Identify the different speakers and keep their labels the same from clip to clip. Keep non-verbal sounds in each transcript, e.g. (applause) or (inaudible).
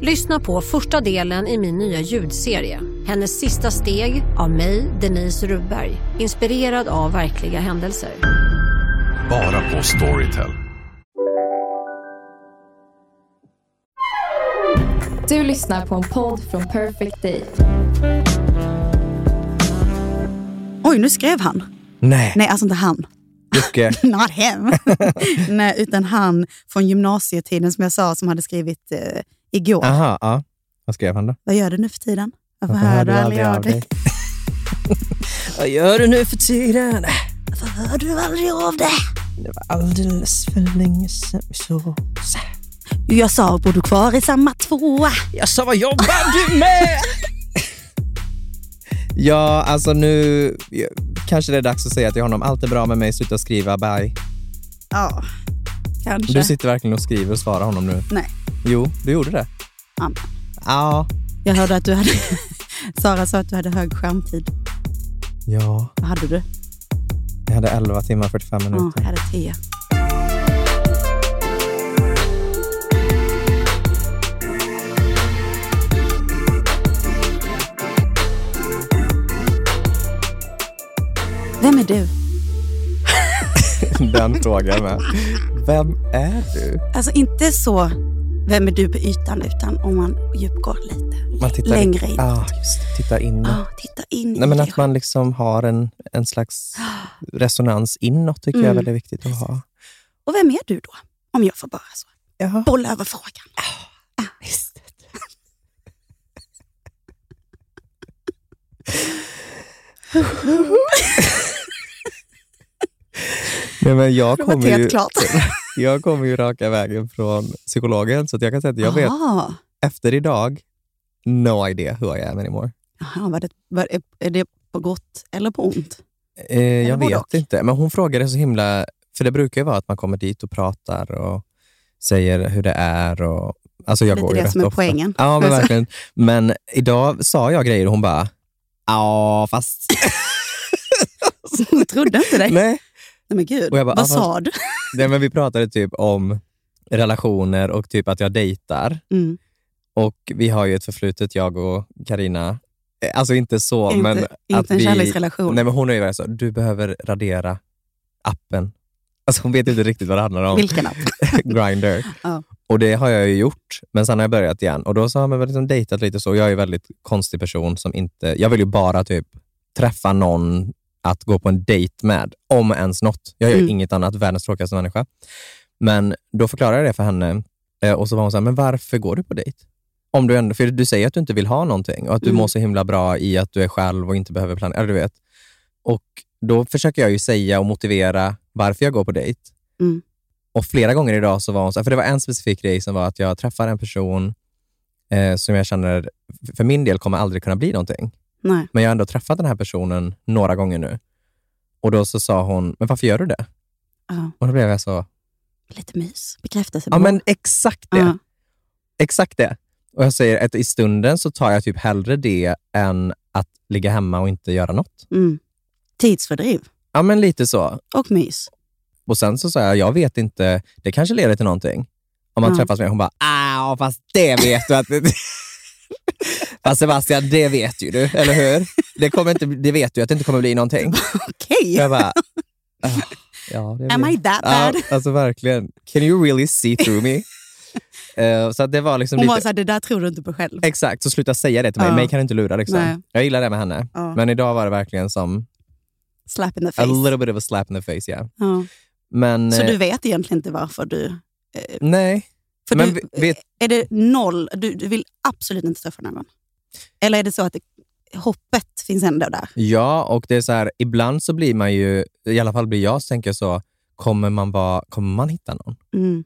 Speaker 1: Lyssna på första delen i min nya ljudserie. Hennes sista steg av mig, Denise Rubberg. Inspirerad av verkliga händelser.
Speaker 2: Bara på Storytel.
Speaker 3: Du lyssnar på en podd från Perfect Day.
Speaker 4: Oj, nu skrev han.
Speaker 5: Nej, eh,
Speaker 4: Nej, alltså inte han. (laughs)
Speaker 5: Jocke.
Speaker 4: Not (laughs) him. Nej, utan han från gymnasietiden som jag sa, som hade skrivit eh, igår.
Speaker 5: Aha, ja. Vad skrev han då?
Speaker 4: Vad gör du nu för tiden? Varför hör du aldrig av dig?
Speaker 5: Vad gör du nu för tiden?
Speaker 4: Varför hör du aldrig av dig?
Speaker 5: Det var alldeles för länge sedan vi såg.
Speaker 4: Jag sa, bor du kvar i samma tvåa?
Speaker 5: Jag sa, vad jobbar du med? (laughs) ja, alltså nu kanske det är dags att säga till honom, allt är bra med mig, sluta skriva, bye.
Speaker 4: Ja, kanske.
Speaker 5: Du sitter verkligen och skriver och svarar honom nu.
Speaker 4: Nej.
Speaker 5: Jo, du gjorde det.
Speaker 4: Ja.
Speaker 5: Ja.
Speaker 4: Jag hörde att du hade... (laughs) Sara sa att du hade hög skärmtid.
Speaker 5: Ja,
Speaker 4: Vad hade du?
Speaker 5: jag hade 11 timmar 45
Speaker 4: Ja,
Speaker 5: minuter. (laughs)
Speaker 4: jag hade tio. Vem är du?
Speaker 5: Den frågan med. Vem är du?
Speaker 4: Alltså inte så vem är du på ytan, utan om man djupgår lite.
Speaker 5: Man tittar
Speaker 4: Längre in.
Speaker 5: Ja, just det. Titta inåt.
Speaker 4: Ja, titta in
Speaker 5: Nej,
Speaker 4: i
Speaker 5: men
Speaker 4: dig
Speaker 5: att man liksom har en, en slags resonans inåt tycker jag är
Speaker 4: Mm.
Speaker 5: väldigt viktigt att ha.
Speaker 4: Och vem är du då? Om jag får bara så.
Speaker 5: Jaha.
Speaker 4: Bolla över frågan.
Speaker 5: Nej, men jag,
Speaker 4: Det var
Speaker 5: kommer ju,
Speaker 4: helt klart.
Speaker 5: (laughs) jag kommer ju raka vägen fråfrån psykologen, så att jag kan säga att jag vet
Speaker 4: Aha.
Speaker 5: efter idag, no idea who I am anymore.
Speaker 4: Jaha, var det, var, är- är det på gott eller på ont?
Speaker 5: Eh, jag
Speaker 4: både
Speaker 5: vet
Speaker 4: och.
Speaker 5: inte, men hon frågade så himla... För det brukar ju vara att man kommer dit och pratar och säger hur det är. Och, alltså jag
Speaker 4: Lite
Speaker 5: går ju
Speaker 4: det
Speaker 5: rätt
Speaker 4: som är
Speaker 5: ofta.
Speaker 4: poängen.
Speaker 5: Ja, men
Speaker 4: Alltså.
Speaker 5: verkligen. Men idag sa jag grejer och hon bara, ja
Speaker 4: (laughs)
Speaker 5: fast...
Speaker 4: Hon trodde inte dig. Nej.
Speaker 5: Nej.
Speaker 4: men gud,
Speaker 5: Och jag bara,
Speaker 4: vad
Speaker 5: ah,
Speaker 4: sa du?
Speaker 5: Nej, men vi pratade typ om relationer och typ att jag dejtar.
Speaker 4: Mm.
Speaker 5: Och vi har ju ett förflutet, jag och Karina. Eh, Alltså inte så,
Speaker 4: Inte-
Speaker 5: men... att
Speaker 4: inte en
Speaker 5: vi,
Speaker 4: kärleksrelation.
Speaker 5: Nej, men hon är ju verkligen så, du behöver radera appen. Alltså hon vet inte riktigt vad det handlar om.
Speaker 4: Vilken
Speaker 5: (laughs)
Speaker 4: app?
Speaker 5: Grindr.
Speaker 4: Ja.
Speaker 5: Och det har jag ju gjort, men sen har jag börjat igen. Och då så har man väl liksom dejtat lite så. Jag är ju en väldigt konstig person som inte... Jag vill ju bara typ träffa någon att gå på en dejt med, om ens något. Jag är ju
Speaker 4: Mm.
Speaker 5: inget annat, världens tråkigaste människa. Men då förklarade jag det för henne eh, och så var hon så här, men varför går du på dejt? Om du ändå, för du säger att du inte vill ha någonting och att du
Speaker 4: Mm.
Speaker 5: mår så himla bra i att du är själv och inte behöver planera. eller Du vet. Och då försöker jag ju säga och motivera varför jag går på dejt.
Speaker 4: Mm.
Speaker 5: Och flera gånger idag så var hon så här, för det var en specifik grej som var att jag träffar en person eh, som jag känner, för min del kommer aldrig kunna bli någonting.
Speaker 4: Nej.
Speaker 5: Men jag har ändå träffat den här personen några gånger nu. Och då så sa hon, men varför gör du det?
Speaker 4: Ja,
Speaker 5: Och då blev jag så,
Speaker 4: lite mys. Bekräftelse.
Speaker 5: ja
Speaker 4: behov.
Speaker 5: men exakt det.
Speaker 4: Ja.
Speaker 5: Exakt det. Och jag säger att i stunden så tar jag typ hellre det än att ligga hemma och inte göra något.
Speaker 4: Mm. Tidsfördriv
Speaker 5: Ja, men lite så.
Speaker 4: och mys.
Speaker 5: Och sen så sa jag, jag vet inte, det kanske leder till någonting. Om man
Speaker 4: Ja.
Speaker 5: träffas med hon bara, ah, fast det (laughs) vet du att... fast Sebastian, det vet ju du, eller hur? Det, kommer inte, det vet du att det inte kommer bli någonting.
Speaker 4: Okej,
Speaker 5: Jag bara, "Ah, ja, det vet
Speaker 4: am I that
Speaker 5: Ja,
Speaker 4: bad?
Speaker 5: alltså verkligen. Can you really see
Speaker 4: (laughs)
Speaker 5: through me? Eh, så att det var liksom
Speaker 4: Hon
Speaker 5: lite...
Speaker 4: var såhär, det där tror du inte på själv.
Speaker 5: Exakt, så sluta säga det till mig.
Speaker 4: Ja.
Speaker 5: Mig kan du inte lura.
Speaker 4: Nej.
Speaker 5: Liksom. Jag gillar det med henne.
Speaker 4: Ja.
Speaker 5: Men idag var det verkligen som
Speaker 4: Slap in the
Speaker 5: a
Speaker 4: face.
Speaker 5: little bit of a slap in the face. Yeah.
Speaker 4: Ja.
Speaker 5: Men,
Speaker 4: Så
Speaker 5: eh,
Speaker 4: du vet egentligen inte varför du...
Speaker 5: Nej,
Speaker 4: För
Speaker 5: men
Speaker 4: du,
Speaker 5: vi- vet,
Speaker 4: Är det noll, du, du vill absolut inte träffa någon? Eller är det så att det, hoppet finns ändå där?
Speaker 5: ja, och det är så här, ibland så blir man ju, i alla fall blir jag, så tänker jag så, kommer man, vara, kommer man hitta någon?
Speaker 4: Mm.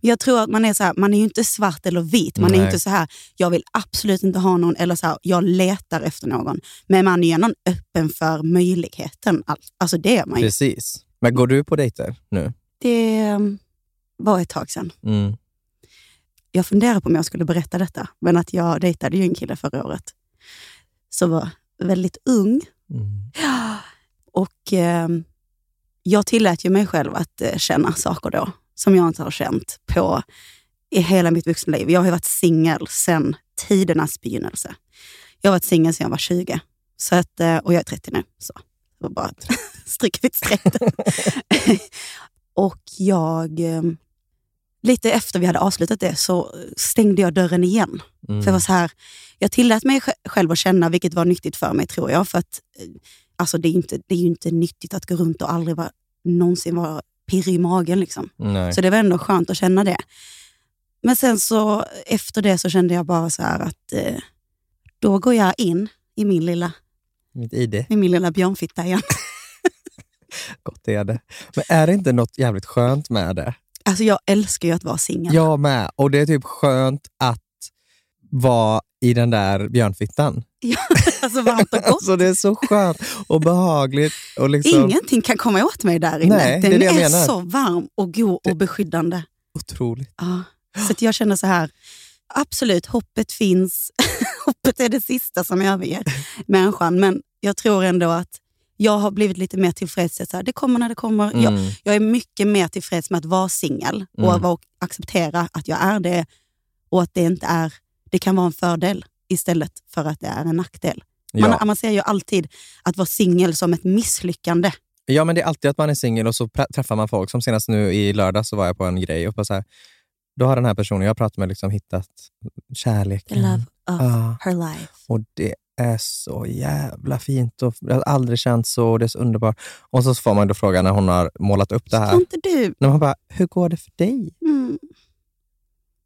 Speaker 4: Men jag tror att man är så här, man är ju inte svart eller vit. Man är
Speaker 5: Nej.
Speaker 4: ju inte så här, jag vill absolut inte ha någon eller så här, jag letar efter någon. Men man är ju ändå öppen för möjligheten. All- Alltså det är man ju.
Speaker 5: Precis. Men går du på dejter nu?
Speaker 4: Det um, var ett tag sedan.
Speaker 5: Mm.
Speaker 4: Jag funderar på om jag skulle berätta detta, men att jag dejtade ju en kille förra året som var väldigt ung.
Speaker 5: Mm.
Speaker 4: Och eh, jag tillät ju mig själv att eh, känna saker då, som jag inte har känt på i hela mitt vuxna liv. Jag har ju varit singel sedan tidernas begynnelse. Jag har varit singel sedan jag var 20. Så att, eh, och jag är 30 nu. Så det var bara att (laughs) stryka mitt streck där. (laughs) Och jag, eh, lite efter vi hade avslutat det, så eh, stängde jag dörren igen.
Speaker 5: Mm.
Speaker 4: För jag, var så här, jag tillät mig sj- själv att känna, vilket var nyttigt för mig tror jag. För att, eh, alltså, det, är ju inte, det är ju inte nyttigt att gå runt och aldrig vara, någonsin vara pirrig i magen. Liksom.
Speaker 5: Nej.
Speaker 4: Så det var ändå skönt att känna det. Men sen så efter det så kände jag bara så här att eh, då går jag in i min lilla,
Speaker 5: Mitt ID.
Speaker 4: i min lilla björnfitta igen. (laughs)
Speaker 5: Gott är det. Men är det inte något jävligt skönt med det?
Speaker 4: Alltså jag älskar ju att vara singel.
Speaker 5: Jag med. Och det är typ skönt att vara i den där björnfittan.
Speaker 4: (laughs) alltså varmt och gott.
Speaker 5: (laughs) Alltså det är så skönt och behagligt. Och liksom
Speaker 4: Ingenting kan komma åt mig där inne.
Speaker 5: Nej, det är
Speaker 4: Den
Speaker 5: det jag
Speaker 4: är
Speaker 5: menar.
Speaker 4: så varm och god och beskyddande.
Speaker 5: Otroligt.
Speaker 4: Ja, så att jag känner så här, absolut, hoppet finns. (laughs) hoppet är det sista som
Speaker 5: (laughs)
Speaker 4: överger människan, men jag tror ändå att jag har blivit lite mer tillfreds. Så här, det kommer när det kommer.
Speaker 5: Mm.
Speaker 4: Jag, jag är mycket mer tillfreds med att vara singel och
Speaker 5: Mm.
Speaker 4: att vara- acceptera att jag är det och att det inte är, det kan vara en fördel istället för att det är en nackdel. Man,
Speaker 5: Ja.
Speaker 4: man ser ju alltid att vara singel som ett misslyckande.
Speaker 5: ja, men det är alltid att man är singel och så pra- träffar man folk. Som senast nu i lördag så var jag på en grej och bara så här, då har den här personen jag har pratat med liksom hittat
Speaker 4: The
Speaker 5: kärleken.
Speaker 4: love of
Speaker 5: Mm. Ja.
Speaker 4: her life.
Speaker 5: Och det är så jävla fint. Och jag har aldrig känt så. Och det är så underbart. Och så får man då fråga när hon har målat upp det
Speaker 4: Ska
Speaker 5: här.
Speaker 4: inte du?
Speaker 5: När man bara, hur går det för dig?
Speaker 4: Mm.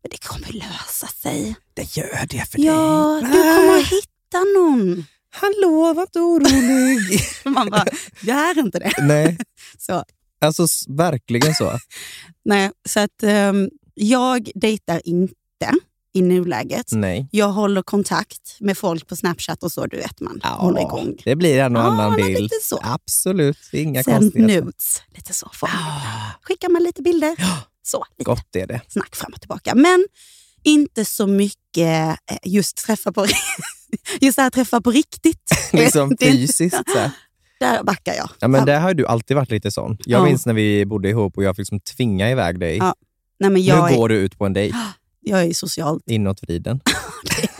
Speaker 4: Men det kommer lösa sig.
Speaker 5: Det gör det för
Speaker 4: Ja,
Speaker 5: dig.
Speaker 4: du kommer att hitta någon.
Speaker 5: Hallå, var inte orolig. (laughs)
Speaker 4: Man bara, jag är inte det.
Speaker 5: Nej,
Speaker 4: Så,
Speaker 5: alltså s- verkligen så.
Speaker 4: nej, så att ehm, jag dejtar inte i nuläget.
Speaker 5: Nej.
Speaker 4: Jag håller kontakt med folk på Snapchat och så, du vet man. Håller igång.
Speaker 5: det blir en och
Speaker 4: Ja,
Speaker 5: annan
Speaker 4: men
Speaker 5: bild.
Speaker 4: lite så.
Speaker 5: Absolut, det är inga
Speaker 4: Sen
Speaker 5: konstigheter.
Speaker 4: nudes, lite så. Får man. Skickar man lite bilder. Så, lite
Speaker 5: Gott är det.
Speaker 4: snack fram och tillbaka. Men inte så mycket eh, just träffa på, (laughs) just det här träffa på
Speaker 5: (laughs)
Speaker 4: riktigt.
Speaker 5: Liksom
Speaker 4: (laughs) Det-
Speaker 5: fysiskt. Så här.
Speaker 4: Där backar jag.
Speaker 5: Ja, men där har ju du alltid varit lite sån. Jag
Speaker 4: Ja.
Speaker 5: minns när vi bodde ihop och jag fick liksom tvinga iväg dig.
Speaker 4: Ja, Nej, men jag,
Speaker 5: nu
Speaker 4: är,
Speaker 5: går du ut på en dejt,
Speaker 4: jag är social
Speaker 5: inåtvriden.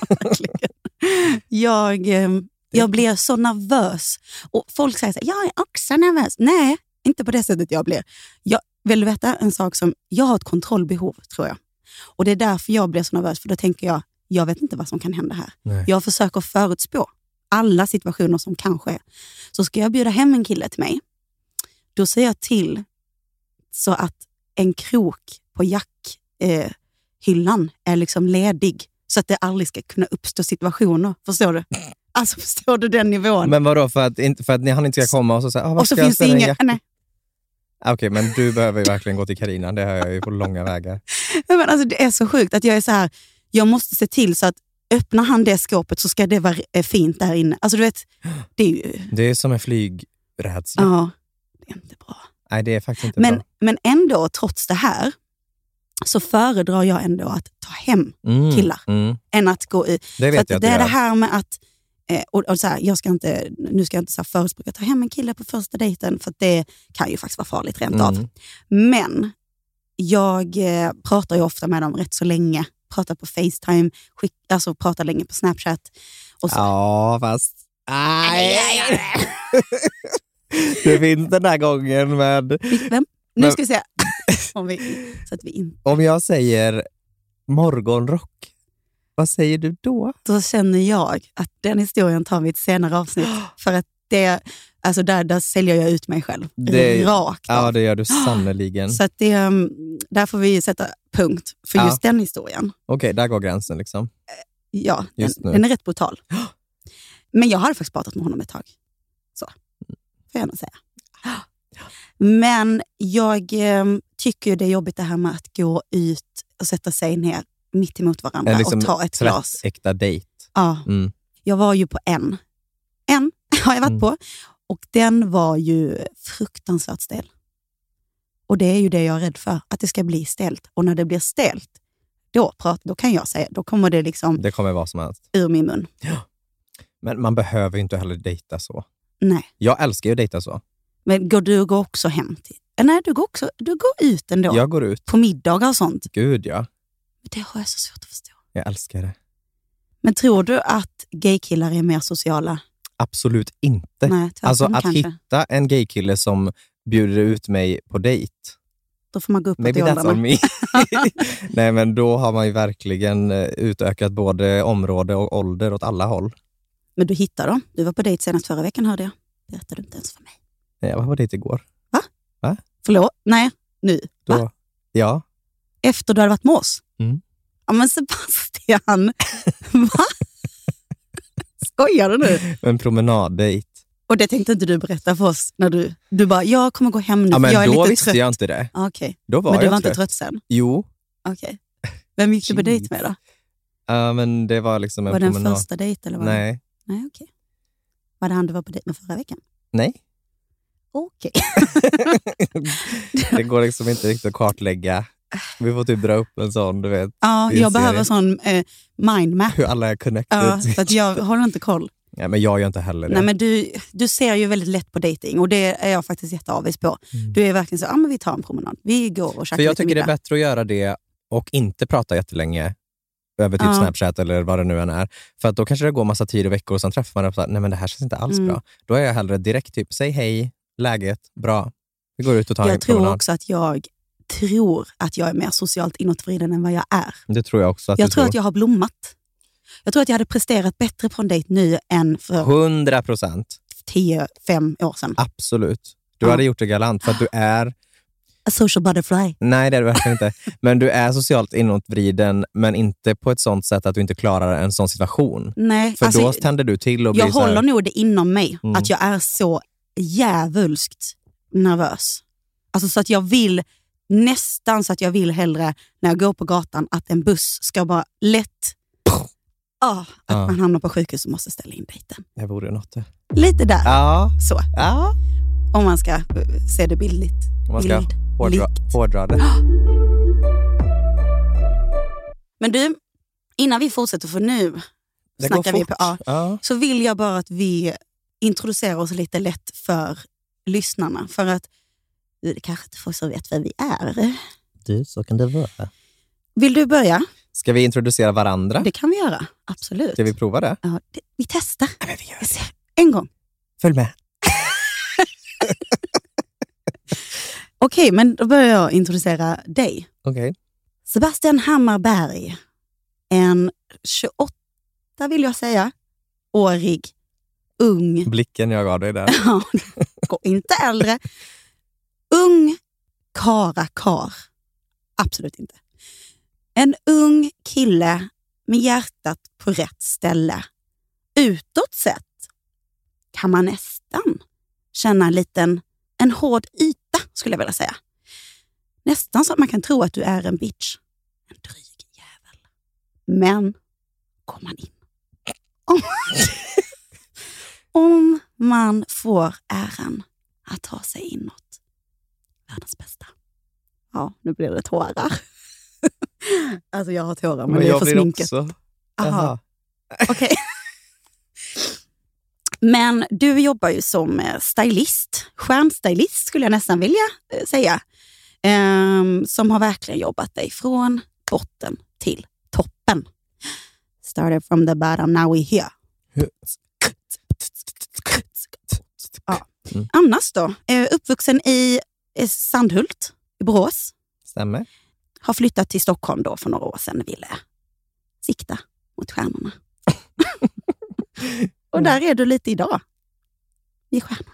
Speaker 4: verkligen. (laughs) jag, ehm, jag blir så nervös. Och Folk säger så här, jag är också nervös. Nej, inte på det sättet jag blir. Jag, vill du veta en sak? som Jag har ett kontrollbehov, tror jag. Och Det är därför jag blir så nervös, för då tänker jag, jag vet inte vad som kan hända här.
Speaker 5: Nej.
Speaker 4: Jag försöker förutspå alla situationer som kanske är. Så ska jag bjuda hem en kille till mig, då säger jag till så att en krok på jackhyllan eh, hyllan är liksom ledig. Så att det aldrig ska kunna uppstå situationer. Förstår du? Alltså förstår du den nivån?
Speaker 5: Men vadå, för att, inte, för att ni- han inte ska komma och så säga, ah, var
Speaker 4: och så
Speaker 5: ska jag
Speaker 4: finns det
Speaker 5: ställa en
Speaker 4: inga...
Speaker 5: jacka?"
Speaker 4: Nej,
Speaker 5: Ah, Okej, men du behöver ju verkligen gå till Karina. det hör jag ju på långa vägar.
Speaker 4: Nej, men alltså, det är så sjukt att jag är så här, jag måste se till så att öppnar han det skåpet så ska det vara eh, fint där inne. Alltså du vet, det är
Speaker 5: (gasps)
Speaker 4: ju...
Speaker 5: Det är som en flygrädsla.
Speaker 4: Ja, det är inte bra.
Speaker 5: Nej, det är faktiskt inte
Speaker 4: Men,
Speaker 5: bra.
Speaker 4: men ändå, trots det här, så föredrar jag ändå att ta hem
Speaker 5: Mm,
Speaker 4: killar.
Speaker 5: Mm,
Speaker 4: än att gå i
Speaker 5: det
Speaker 4: Så
Speaker 5: vet
Speaker 4: att
Speaker 5: jag att
Speaker 4: det
Speaker 5: du
Speaker 4: är det
Speaker 5: gör.
Speaker 4: här med att, eh, och, och så här, jag ska inte, nu ska jag inte så här förespråka att ta hem en kille på första dejten, för att det kan ju faktiskt vara farligt rent av.
Speaker 5: Mm.
Speaker 4: Men jag eh, pratar ju ofta med dem rätt så länge. Pratar på Facetime, skick, alltså pratar länge på Snapchat. Och så,
Speaker 5: Ja, fast... Nej! (laughs) det finns den där gången med...
Speaker 4: Vem? Nu
Speaker 5: Men-
Speaker 4: ska vi
Speaker 5: (laughs)
Speaker 4: se. Om vi, så att vi inte,
Speaker 5: Om jag säger morgonrock, vad säger du då?
Speaker 4: då känner jag att den historien tar vi i ett senare
Speaker 5: (gasps)
Speaker 4: avsnitt. För att det, alltså där, där säljer jag ut mig själv.
Speaker 5: Det-
Speaker 4: rakt av.
Speaker 5: Ja, det gör du (gasps) sannerligen.
Speaker 4: Så att det, um, där får vi sätta punkt för
Speaker 5: Ja.
Speaker 4: just den historien.
Speaker 5: Okej, där går gränsen. liksom.
Speaker 4: Ja, den,
Speaker 5: Just nu.
Speaker 4: den är rätt brutal. Men jag hade faktiskt pratat med honom ett tag.
Speaker 5: Mm.
Speaker 4: Så, får jag gärna säga. Men jag um, tycker ju det är jobbigt det här med att gå ut och sätta sig ner mitt emot varandra
Speaker 5: En liksom
Speaker 4: och ta ett glas.
Speaker 5: äkta dejt.
Speaker 4: Ja.
Speaker 5: Mm.
Speaker 4: Jag var ju på en. En (laughs) har jag varit
Speaker 5: Mm.
Speaker 4: på. Och den var ju fruktansvärt stel. Och det är ju det jag är rädd för, att det ska bli stelt. Och när det blir stelt, då, prat, då kan jag säga, då kommer det liksom
Speaker 5: Det kommer vara som helst.
Speaker 4: ur min mun.
Speaker 5: Men man behöver ju inte heller dejta så.
Speaker 4: Nej.
Speaker 5: Jag älskar ju att dejta så.
Speaker 4: Men går du går också hem till... Eh, Nej, du går, också, du går ut ändå.
Speaker 5: Jag går ut.
Speaker 4: På middagar och sånt.
Speaker 5: Gud ja.
Speaker 4: Det har jag så svårt att förstå.
Speaker 5: Jag älskar det.
Speaker 4: Men tror du att gaykillar är mer sociala?
Speaker 5: Absolut inte.
Speaker 4: Nej, tvärtom
Speaker 5: alltså att
Speaker 4: kanske.
Speaker 5: hitta en gaykille som bjuder ut mig på dejt.
Speaker 4: Då får man gå uppåt
Speaker 5: Maybe
Speaker 4: i
Speaker 5: that's on
Speaker 4: åldrarna.
Speaker 5: me. (laughs) Nej, men då har man ju verkligen eh, utökat både område och ålder åt alla håll.
Speaker 4: Men du hittar dem. Du var på dejt senast förra veckan hörde jag. Berättade du inte ens för mig.
Speaker 5: Nej, Jag var på dejt igår.
Speaker 4: Förlåt? Nej, nu.
Speaker 5: Då, Ja,
Speaker 4: Efter du hade varit med oss?
Speaker 5: Mm.
Speaker 4: Ja, men Sebastian, (laughs) va? Skojar du nu?
Speaker 5: en promenaddejt.
Speaker 4: Och det tänkte inte du berätta för oss när du... Du bara, jag kommer gå hem nu
Speaker 5: Ja,
Speaker 4: för jag är
Speaker 5: men då
Speaker 4: lite
Speaker 5: visste
Speaker 4: trött.
Speaker 5: jag inte det.
Speaker 4: Ah, Okej,
Speaker 5: Då var
Speaker 4: men du
Speaker 5: jag
Speaker 4: var inte
Speaker 5: trött.
Speaker 4: trött sen?
Speaker 5: Jo,
Speaker 4: Okej. Vem gick du på dejt med
Speaker 5: Mm.
Speaker 4: då?
Speaker 5: ja, men det var liksom en
Speaker 4: Var det en
Speaker 5: promenad.
Speaker 4: första dejt eller? Var Det?
Speaker 5: Nej.
Speaker 4: Nej, okej. Var det han du var på dejt med förra veckan?
Speaker 5: Nej.
Speaker 4: Okej.
Speaker 5: (laughs) det går liksom inte riktigt att kartlägga. Vi får typ dra upp en sån, du vet,
Speaker 4: Ja,
Speaker 5: Det är en
Speaker 4: jag behöver
Speaker 5: serie.
Speaker 4: sån eh, mindmap.
Speaker 5: hur alla är connected.
Speaker 4: Ja, för att
Speaker 5: (laughs)
Speaker 4: jag håller inte koll.
Speaker 5: Nej, men jag gör inte heller det.
Speaker 4: Nej, men du, du ser ju väldigt lätt på dating och det är jag faktiskt jätteavis på.
Speaker 5: Mm.
Speaker 4: Du är verkligen så, ja ah, men vi tar en promenad. Vi går och käkar
Speaker 5: För jag
Speaker 4: lite
Speaker 5: tycker det är
Speaker 4: middag.
Speaker 5: bättre att göra det och inte prata jättelänge över typ
Speaker 4: Ja.
Speaker 5: Snapchat eller vad det nu än är. För att då kanske det går massa tid och veckor och sen träffar man och så här, nej men det här känns inte alls
Speaker 4: Mm.
Speaker 5: bra. Då är jag hellre direkt typ, säg hej, läget, bra. Vi går ut och tar en
Speaker 4: Jag tror
Speaker 5: promenad.
Speaker 4: också att jag tror att jag är mer socialt inåtvriden än vad jag är.
Speaker 5: Det tror jag också att
Speaker 4: jag
Speaker 5: du
Speaker 4: tror att jag har blommat. Jag tror att jag hade presterat bättre på en dejt nu än för
Speaker 5: 100 procent,
Speaker 4: 10-5 år sedan.
Speaker 5: absolut. Du
Speaker 4: Ja.
Speaker 5: hade gjort det galant för att du är,
Speaker 4: A social butterfly.
Speaker 5: nej det är du
Speaker 4: (laughs)
Speaker 5: verkligen inte, men du är socialt inåtvriden men inte på ett sånt sätt att du inte klarar en sån situation.
Speaker 4: Nej,
Speaker 5: För
Speaker 4: alltså,
Speaker 5: då tänder du till och
Speaker 4: jag
Speaker 5: blir så här-
Speaker 4: håller nog det inom mig
Speaker 5: Mm.
Speaker 4: att jag är så djävulskt nervös. Alltså så att jag vill nästan så att jag vill hellre när jag går på gatan att en buss ska bara lätt... Ah, att
Speaker 5: Ja.
Speaker 4: man hamnar på sjukhus och måste ställa in dejten.
Speaker 5: Det vore något det.
Speaker 4: Lite där,
Speaker 5: Ja,
Speaker 4: så.
Speaker 5: ja.
Speaker 4: Om man ska eh, se det bildligt.
Speaker 5: Om man ska
Speaker 4: Bild.
Speaker 5: hårdra,
Speaker 4: Likt.
Speaker 5: hårdra det.
Speaker 4: Men du, innan vi fortsätter, för nu
Speaker 5: Det går
Speaker 4: snackar vi
Speaker 5: fort.
Speaker 4: på... Ja,
Speaker 5: Ja.
Speaker 4: så vill jag bara att vi introducerar oss lite lätt för lyssnarna. För att det kanske inte folk som vet vem vi är.
Speaker 5: Du, så kan det vara.
Speaker 4: Vill du börja?
Speaker 5: Ska vi introducera varandra?
Speaker 4: Det kan vi göra. Absolut.
Speaker 5: Ska vi prova det?
Speaker 4: ja, det, vi testar.
Speaker 5: men vi gör
Speaker 4: Vi ser. En gång.
Speaker 5: Följ med.
Speaker 4: Okej, men då börjar jag introducera dig.
Speaker 5: Okej.
Speaker 4: Sebastian Hammarberg, en 28 vill jag säga, årig, ung,
Speaker 5: Blicken jag gav dig där.
Speaker 4: (laughs) Ja, gå inte äldre. Ung kara kar. Absolut inte. En ung kille med hjärtat på rätt ställe. Utåt sett kan man nästan känna en liten, en hård yta skulle jag vilja säga. Nästan så att man kan tro att du är en bitch. En dryg jävel. Men går man in. Om, (laughs) om man får äran att ta sig inåt. Världens bästa. Ja, nu blir det tårar. (laughs) alltså jag har tårar, men, det är
Speaker 5: jag
Speaker 4: för
Speaker 5: blir
Speaker 4: sminket.
Speaker 5: också...
Speaker 4: Aha,
Speaker 5: Jaha.
Speaker 4: okej. Men du jobbar ju som eh, stylist, stjärnstylist skulle jag nästan vilja eh, säga. Ehm, som har verkligen jobbat dig från botten till toppen. Started from the bottom, now we're here. Ja. Annars då? Eh, Uppvuxen i eh, Sandhult, i Borås.
Speaker 5: Stämmer.
Speaker 4: Har flyttat till Stockholm då för några år sedan och ville sikta mot stjärnorna.
Speaker 5: (laughs)
Speaker 4: och där är du lite idag. I stjärnorna.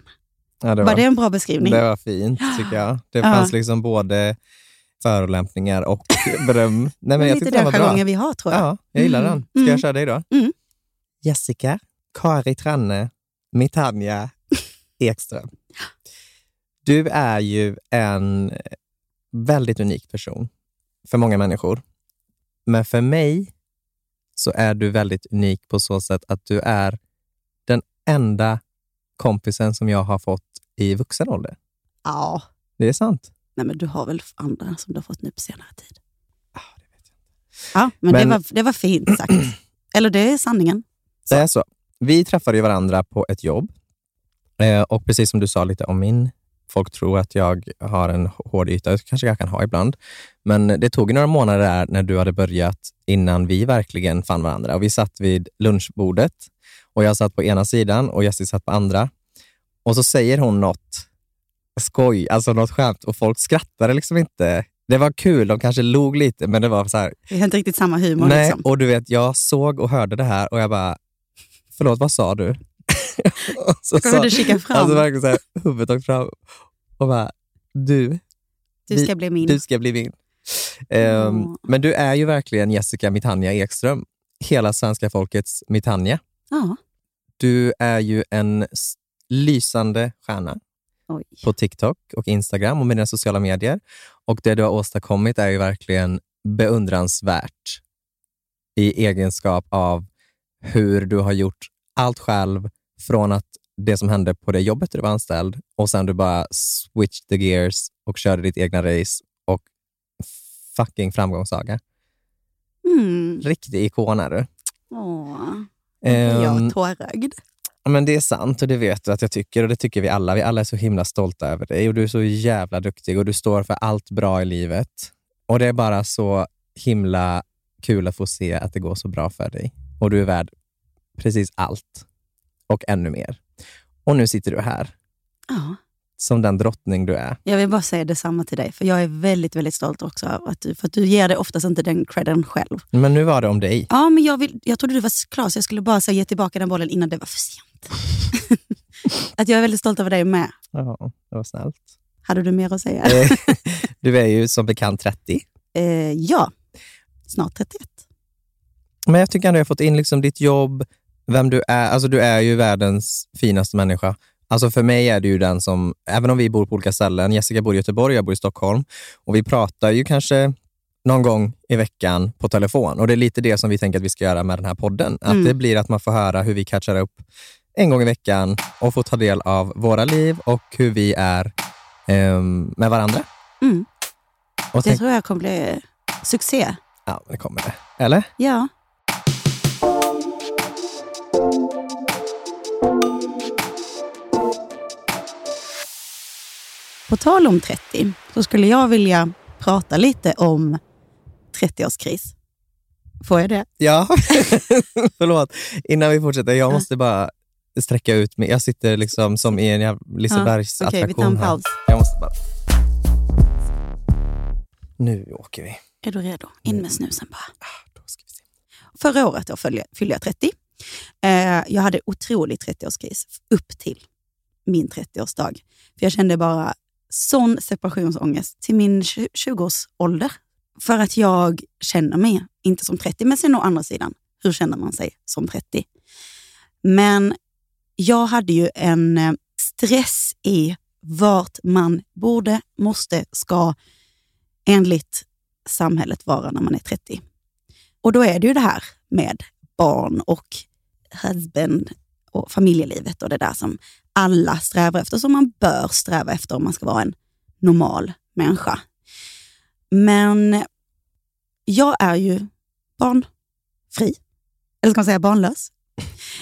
Speaker 5: Ja, det
Speaker 4: Var,
Speaker 5: var,
Speaker 4: det en bra beskrivning?
Speaker 5: det var fint tycker jag. Det fanns liksom både förolämpningar och beröm. Nej, men
Speaker 4: är
Speaker 5: jag
Speaker 4: lite
Speaker 5: tyckte den
Speaker 4: den
Speaker 5: var bra.
Speaker 4: jargongen vi har tror jag.
Speaker 5: Ja, jag gillar
Speaker 4: Mm.
Speaker 5: den. Ska
Speaker 4: Mm.
Speaker 5: jag köra dig då?
Speaker 4: Mm.
Speaker 5: Jessica, Kari Tranne,
Speaker 4: (laughs)
Speaker 5: Mitanja Ekström. Du är ju en väldigt unik person för många människor. Men för mig så är du väldigt unik på så sätt att du är den enda kompisen som jag har fått i vuxen ålder.
Speaker 4: Ja.
Speaker 5: Det är sant.
Speaker 4: Nej, men du har väl andra som du har fått nu på senare tid.
Speaker 5: Ah, det vet jag.
Speaker 4: Ja, men,
Speaker 5: Men-
Speaker 4: Det, var, det var fint
Speaker 5: (clears throat)
Speaker 4: sagt. Eller det är sanningen.
Speaker 5: Det är Eh, så. Vi träffade ju varandra på ett jobb. Eh, och precis som du sa lite om min, folk tror att jag har en hård yta, det kanske jag kan ha ibland. Men det tog ju några månader där när du hade börjat innan vi verkligen fann varandra. Och vi satt vid lunchbordet och jag satt på ena sidan och Jessie satt på andra. Och så säger hon något skoj, alltså något skämt och folk skrattade liksom inte. Det var kul, de kanske log lite, men det var så här,
Speaker 4: Det är inte riktigt samma humor.
Speaker 5: Nej,
Speaker 4: liksom.
Speaker 5: och du vet, jag såg och hörde det här och jag bara, förlåt, vad sa du? (laughs) och så
Speaker 4: Kommer du kika fram?
Speaker 5: Alltså verkligen så här, huvudet åkte fram och bara, du,
Speaker 4: du ska bli min.
Speaker 5: du ska bli min. Ehm,
Speaker 4: Ja.
Speaker 5: Men du är ju verkligen Jessica Mitania Ekström, hela svenska folkets Mitania.
Speaker 4: Ja.
Speaker 5: Du är ju en s- lysande stjärna
Speaker 4: Oj.
Speaker 5: på TikTok och Instagram och med dina sociala medier. Och det du har åstadkommit är ju verkligen beundransvärt i egenskap av hur du har gjort allt själv från att det som hände på det jobbet där du var anställd och sen du bara switch the gears och körde ditt egna race och fucking framgångssaga.
Speaker 4: Mm.
Speaker 5: Riktig ikon är du.
Speaker 4: Åh.
Speaker 5: Ehm,
Speaker 4: Jag tårögd.
Speaker 5: Ja, Men det är sant och det vet du att jag tycker och det tycker vi alla. Vi alla är så himla stolta över dig och du är så jävla duktig och du står för allt bra i livet. Och det är bara så himla kul att få se att det går så bra för dig. Och du är värd precis allt och ännu mer. Och nu sitter du här
Speaker 4: Ja.
Speaker 5: som den drottning du är.
Speaker 4: Jag vill bara säga detsamma till dig, för jag är väldigt, väldigt stolt också över att du, för att du ger dig oftast inte den credden själv.
Speaker 5: Men nu var det om dig.
Speaker 4: Ja, men jag, vill, jag trodde du var klar, så jag skulle bara så, ge tillbaka den bollen innan det var för sent. (laughs) att jag är väldigt stolt över dig med.
Speaker 5: Ja, det var snällt.
Speaker 4: Hade du mer att säga?
Speaker 5: Eh, (laughs) du är ju som bekant 30.
Speaker 4: Eh, ja, snart 31.
Speaker 5: Men jag tycker ändå jag har fått in liksom ditt jobb, vem du är. Alltså du är ju världens finaste människa. Alltså för mig är du ju den som, även om vi bor på olika ställen, Jessica bor i Göteborg, jag bor i Stockholm, och vi pratar ju kanske någon gång i veckan på telefon. Och det är lite det som vi tänker att vi ska göra med den här podden. Att
Speaker 4: Mm.
Speaker 5: det blir att man får höra hur vi catchar upp en gång i veckan och får ta del av våra liv och hur vi är ehm, med varandra.
Speaker 4: Mm.
Speaker 5: Och
Speaker 4: Det
Speaker 5: tänk,
Speaker 4: tror jag kommer bli succé.
Speaker 5: ja, det kommer det. Eller?
Speaker 4: Ja. På tal om 30 så skulle jag vilja prata lite om 30-årskris. Får jag det?
Speaker 5: Ja, (laughs) förlåt. Innan vi fortsätter, jag måste bara sträcka ut mig. Jag sitter liksom som i en jävla
Speaker 4: Okej, vi
Speaker 5: Lisebergsattraktion
Speaker 4: tar en
Speaker 5: här.
Speaker 4: paus.
Speaker 5: Jag måste bara... Nu åker vi.
Speaker 4: Är du redo? In med snusen bara.
Speaker 5: Då ska vi se.
Speaker 4: Förra året då följde, fyllde jag 30. Eh, jag hade otrolig 30-årskris upp till min 30-årsdag. För jag kände bara sån separationsångest till min tju- 20-årsålder. För att jag känner mig inte som 30, men sen å andra sidan, hur känner man sig som 30? Men jag hade ju en eh, stress i vart man borde, måste, ska enligt samhället vara när man är 30. Och då är det ju det här med barn och husband och familjelivet och det där som alla strävar efter, som man bör sträva efter om man ska vara en normal människa. Men jag är ju barnfri, eller ska man säga barnlös?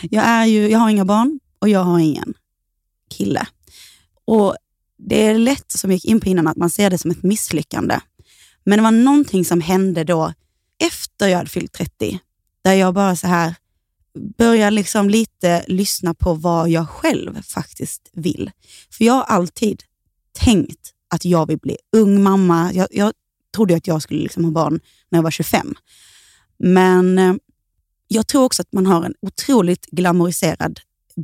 Speaker 4: Jag, är ju, jag har inga barn och jag har ingen kille. Och Det är lätt, som vi gick in på innan, att man ser det som ett misslyckande. Men det var någonting som hände då efter jag hade fyllt 30, där jag bara så här började liksom lite lyssna på vad jag själv faktiskt vill. För jag har alltid tänkt att jag vill bli ung mamma. Jag, jag trodde att jag skulle liksom ha barn när jag var 25. Men eh, jag tror också att man har en otroligt glamoriserad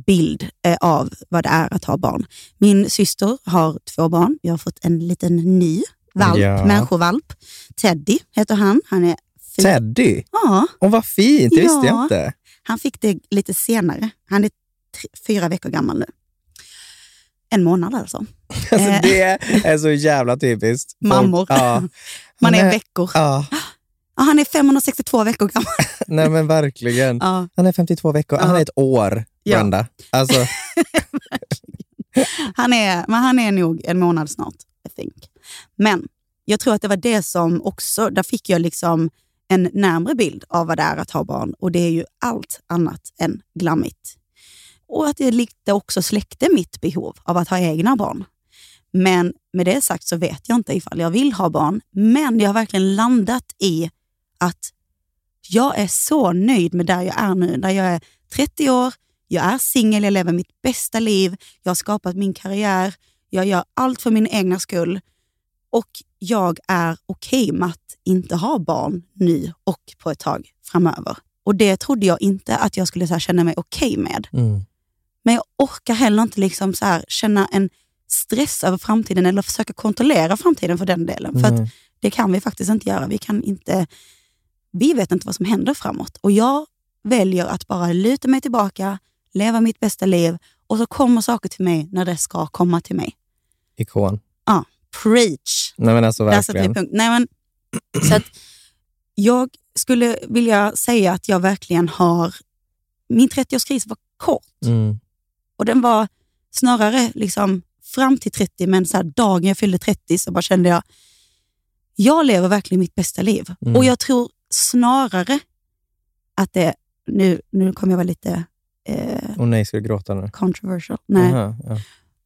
Speaker 4: bild eh, av vad det är att ha barn. Min syster har två barn. Jag har fått en liten ny valp,
Speaker 5: Ja.
Speaker 4: människovalp. Teddy heter han. Han är fy-
Speaker 5: Teddy!
Speaker 4: Ja,
Speaker 5: Åh, vad fint! Det visste jag
Speaker 4: Ja.
Speaker 5: inte.
Speaker 4: han fick det lite senare. Han är tre, fyra veckor gammal nu. En månad alltså.
Speaker 5: Alltså,
Speaker 4: Eh.
Speaker 5: det är så jävla typiskt. Folk-
Speaker 4: Mammor.
Speaker 5: Ja,
Speaker 4: (laughs) Man är
Speaker 5: Nej.
Speaker 4: veckor.
Speaker 5: ja.
Speaker 4: Ja, han är 562 veckor gammal.
Speaker 5: Nej men verkligen.
Speaker 4: Ja.
Speaker 5: Han är 52 veckor. Han
Speaker 4: Ja.
Speaker 5: är ett år,
Speaker 4: Ja.
Speaker 5: Brenda.
Speaker 4: (laughs)
Speaker 5: Alltså,
Speaker 4: Han är, men han är nog en månad snart, I think. Men jag tror att det var det som också, där fick jag liksom en närmre bild av vad det är att ha barn och det är ju allt annat än glammigt. Och att det lite också släckte mitt behov av att ha egna barn. Men med det sagt så vet jag inte ifall jag vill ha barn, men jag har verkligen landat i att jag är så nöjd med där jag är nu. Där jag är 30 år, jag är singel, jag lever mitt bästa liv, jag har skapat min karriär, jag gör allt för min egna skull och jag är okej med att inte ha barn nu och på ett tag framöver. Och det trodde jag inte att jag skulle så här känna mig okej med.
Speaker 5: mm.
Speaker 4: Men jag orkar heller inte liksom så här känna en stress över framtiden eller försöka kontrollera framtiden för den delen. För att
Speaker 5: Nej.
Speaker 4: det kan vi faktiskt inte göra. Vi, kan inte, vi vet inte vad som händer framåt. Och jag väljer att bara luta mig tillbaka, leva mitt bästa liv och så kommer saker till mig när det ska komma till mig.
Speaker 5: Ikon.
Speaker 4: Preach!
Speaker 5: Nej men alltså
Speaker 4: Där sätter vi
Speaker 5: verkligen.
Speaker 4: punkt. Nej, men, så att jag skulle vilja säga att jag verkligen har... Min 30-årskris var kort.
Speaker 5: Mm.
Speaker 4: Och den var snarare liksom fram till 30, men så här, dagen jag fyllde 30 så bara kände jag, jag lever verkligen mitt bästa liv.
Speaker 5: Mm.
Speaker 4: Och jag tror snarare att det, nu, nu kommer jag vara lite eh,
Speaker 5: Och nej, ska du gråta nu?
Speaker 4: controversial, nej.
Speaker 5: Aha, ja.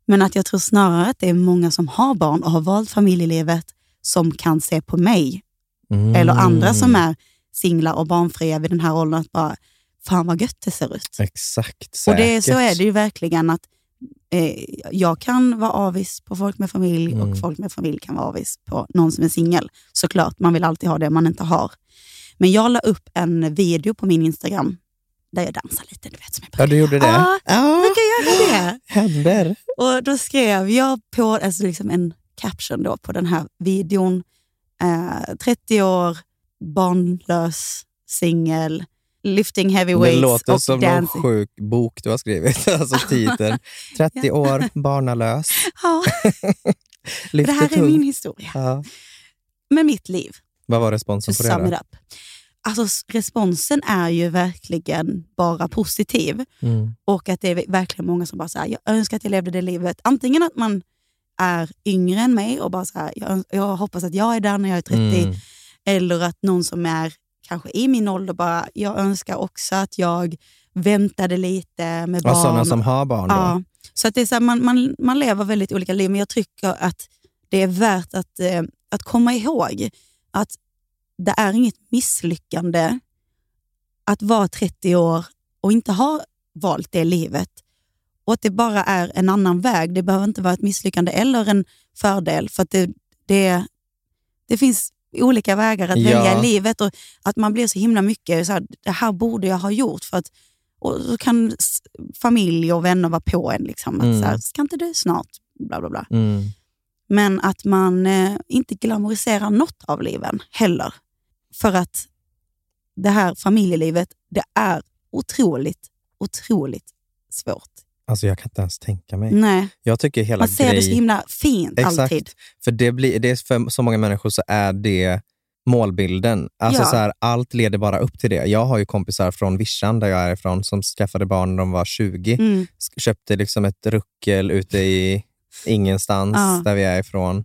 Speaker 4: men att jag tror snarare att det är många som har barn och har valt familjelivet som kan se på mig
Speaker 5: Mm.
Speaker 4: eller andra som är singlar och barnfria vid den här åldern att bara, fan vad gött det ser ut.
Speaker 5: Exakt,
Speaker 4: Och
Speaker 5: säkert.
Speaker 4: det, så är det ju verkligen att eh, jag kan vara avis på folk med familj
Speaker 5: Mm.
Speaker 4: och folk med familj kan vara avis på någon som är singel. Såklart, man vill alltid ha det man inte har. Men jag la upp en video på min Instagram där jag dansar lite, du vet som jag brukar.
Speaker 5: Ja, du gjorde det?
Speaker 4: Ja,
Speaker 5: Ja,
Speaker 4: brukar jag göra det?
Speaker 5: händer.
Speaker 4: Och då skrev jag på alltså liksom en caption då på den här videon. Eh, 30 år, barnlös, singel, lifting heavy
Speaker 5: Det
Speaker 4: weights
Speaker 5: låter
Speaker 4: och
Speaker 5: som någon
Speaker 4: dancing.
Speaker 5: sjuk bok du har skrivit. (laughs)
Speaker 4: (laughs)
Speaker 5: Alltså titeln. 30 år, barnalös, (laughs)
Speaker 4: Ja, det
Speaker 5: lyfter
Speaker 4: här är
Speaker 5: tung.
Speaker 4: min historia.
Speaker 5: Ja.
Speaker 4: med mitt liv,
Speaker 5: Vad var
Speaker 4: to
Speaker 5: responsen på det?
Speaker 4: sum it
Speaker 5: då?
Speaker 4: up. Alltså s- responsen är ju verkligen bara positiv
Speaker 5: Mm.
Speaker 4: och att det är verkligen många som bara säger jag önskar att jag levde det livet. Antingen att man är yngre än mig och bara så här, jag, öns- jag hoppas att jag är där när jag är 30
Speaker 5: Mm.
Speaker 4: eller att någon som är kanske i min ålder bara, jag önskar också att jag väntade lite med
Speaker 5: Ja, sådana
Speaker 4: barn.
Speaker 5: som har barn då?
Speaker 4: Ja, så att det är så här, man, man, man lever väldigt olika liv, men jag tycker att det är värt att, eh, att komma ihåg att det är inget misslyckande att vara 30 år och inte ha valt det livet. Och att det bara är en annan väg. Det behöver inte vara ett misslyckande eller en fördel. För att det, det, det finns olika vägar att
Speaker 5: Ja.
Speaker 4: välja i livet och att man blir så himla mycket så här, det här borde jag ha gjort. för att och så kan s- familj och vänner vara på en. Liksom, att
Speaker 5: Mm.
Speaker 4: så här, ska inte du snart? Bla, bla, bla.
Speaker 5: Mm.
Speaker 4: Men att man eh, inte glamoriserar något av liven heller. För att det här familjelivet, det är otroligt, otroligt svårt.
Speaker 5: Alltså jag kan inte ens tänka mig.
Speaker 4: Nej,
Speaker 5: Jag tycker Mm. hela
Speaker 4: Mm. man ser det så
Speaker 5: grejen-
Speaker 4: himla fint
Speaker 5: Exakt.
Speaker 4: alltid.
Speaker 5: För, det blir, det är för så många människor så är det målbilden. Alltså
Speaker 4: Ja.
Speaker 5: så här, allt leder bara upp till det. Jag har ju kompisar från Vischan, där jag är ifrån, som skaffade barn när de var 20.
Speaker 4: Mm.
Speaker 5: Sk- Köpte liksom ett ruckel ute i ingenstans,
Speaker 4: Ja.
Speaker 5: där vi är ifrån.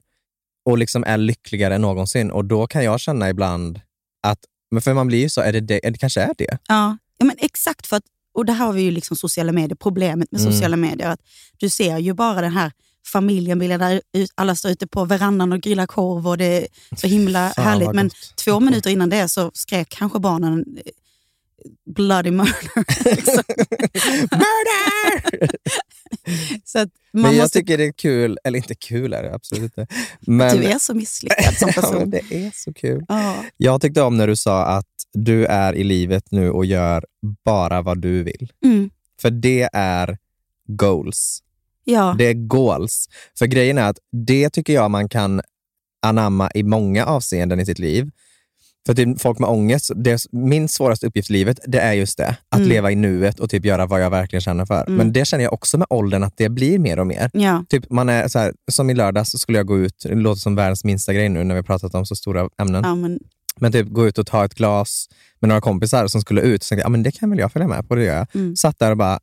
Speaker 5: Och liksom är lyckligare än någonsin. Och då kan jag känna ibland att, men för man blir ju så, är det, det, det kanske är det.
Speaker 4: Ja. ja, men exakt. För att, och det här har vi ju liksom sociala medier, problemet med
Speaker 5: Mm.
Speaker 4: sociala medier. att Du ser ju bara den här familjen bildar ut, alla står ute på verandan och grillar korv och det är så himla
Speaker 5: Fan,
Speaker 4: härligt.
Speaker 5: vad
Speaker 4: Men
Speaker 5: gott.
Speaker 4: två minuter innan det så skrek kanske barnen eh, bloody murder. (laughs) liksom.
Speaker 5: Murder!
Speaker 4: (laughs) så att man
Speaker 5: Men jag
Speaker 4: måste,
Speaker 5: tycker det är kul, eller inte kul är det absolut inte. Men, (laughs)
Speaker 4: du är så misslyckad som
Speaker 5: ja, men
Speaker 4: person.
Speaker 5: det är så kul.
Speaker 4: Ja,
Speaker 5: Jag tyckte om när du sa att du är i livet nu och gör bara vad du vill.
Speaker 4: mm,
Speaker 5: För det är goals.
Speaker 4: ja.
Speaker 5: Det är goals. För grejen är att det tycker jag man kan anamma i många avseenden i sitt liv. För typ folk med ångest, det, min svåraste uppgift i livet, det är just det. Att
Speaker 4: Mm.
Speaker 5: leva i nuet och typ göra vad jag verkligen känner för.
Speaker 4: Mm.
Speaker 5: Men det känner jag också med åldern, att det blir mer och mer.
Speaker 4: Ja.
Speaker 5: Typ man är så här, som i lördags så skulle jag gå ut, det låter som världens minsta grej nu när vi har pratat om så stora ämnen,
Speaker 4: Ja, men,
Speaker 5: men typ gå ut och ta ett glas med några kompisar som skulle ut. Så tänkte jag, ja, men det kan väl jag följa med på, det gör jag.
Speaker 4: mm.
Speaker 5: Satt där och bara,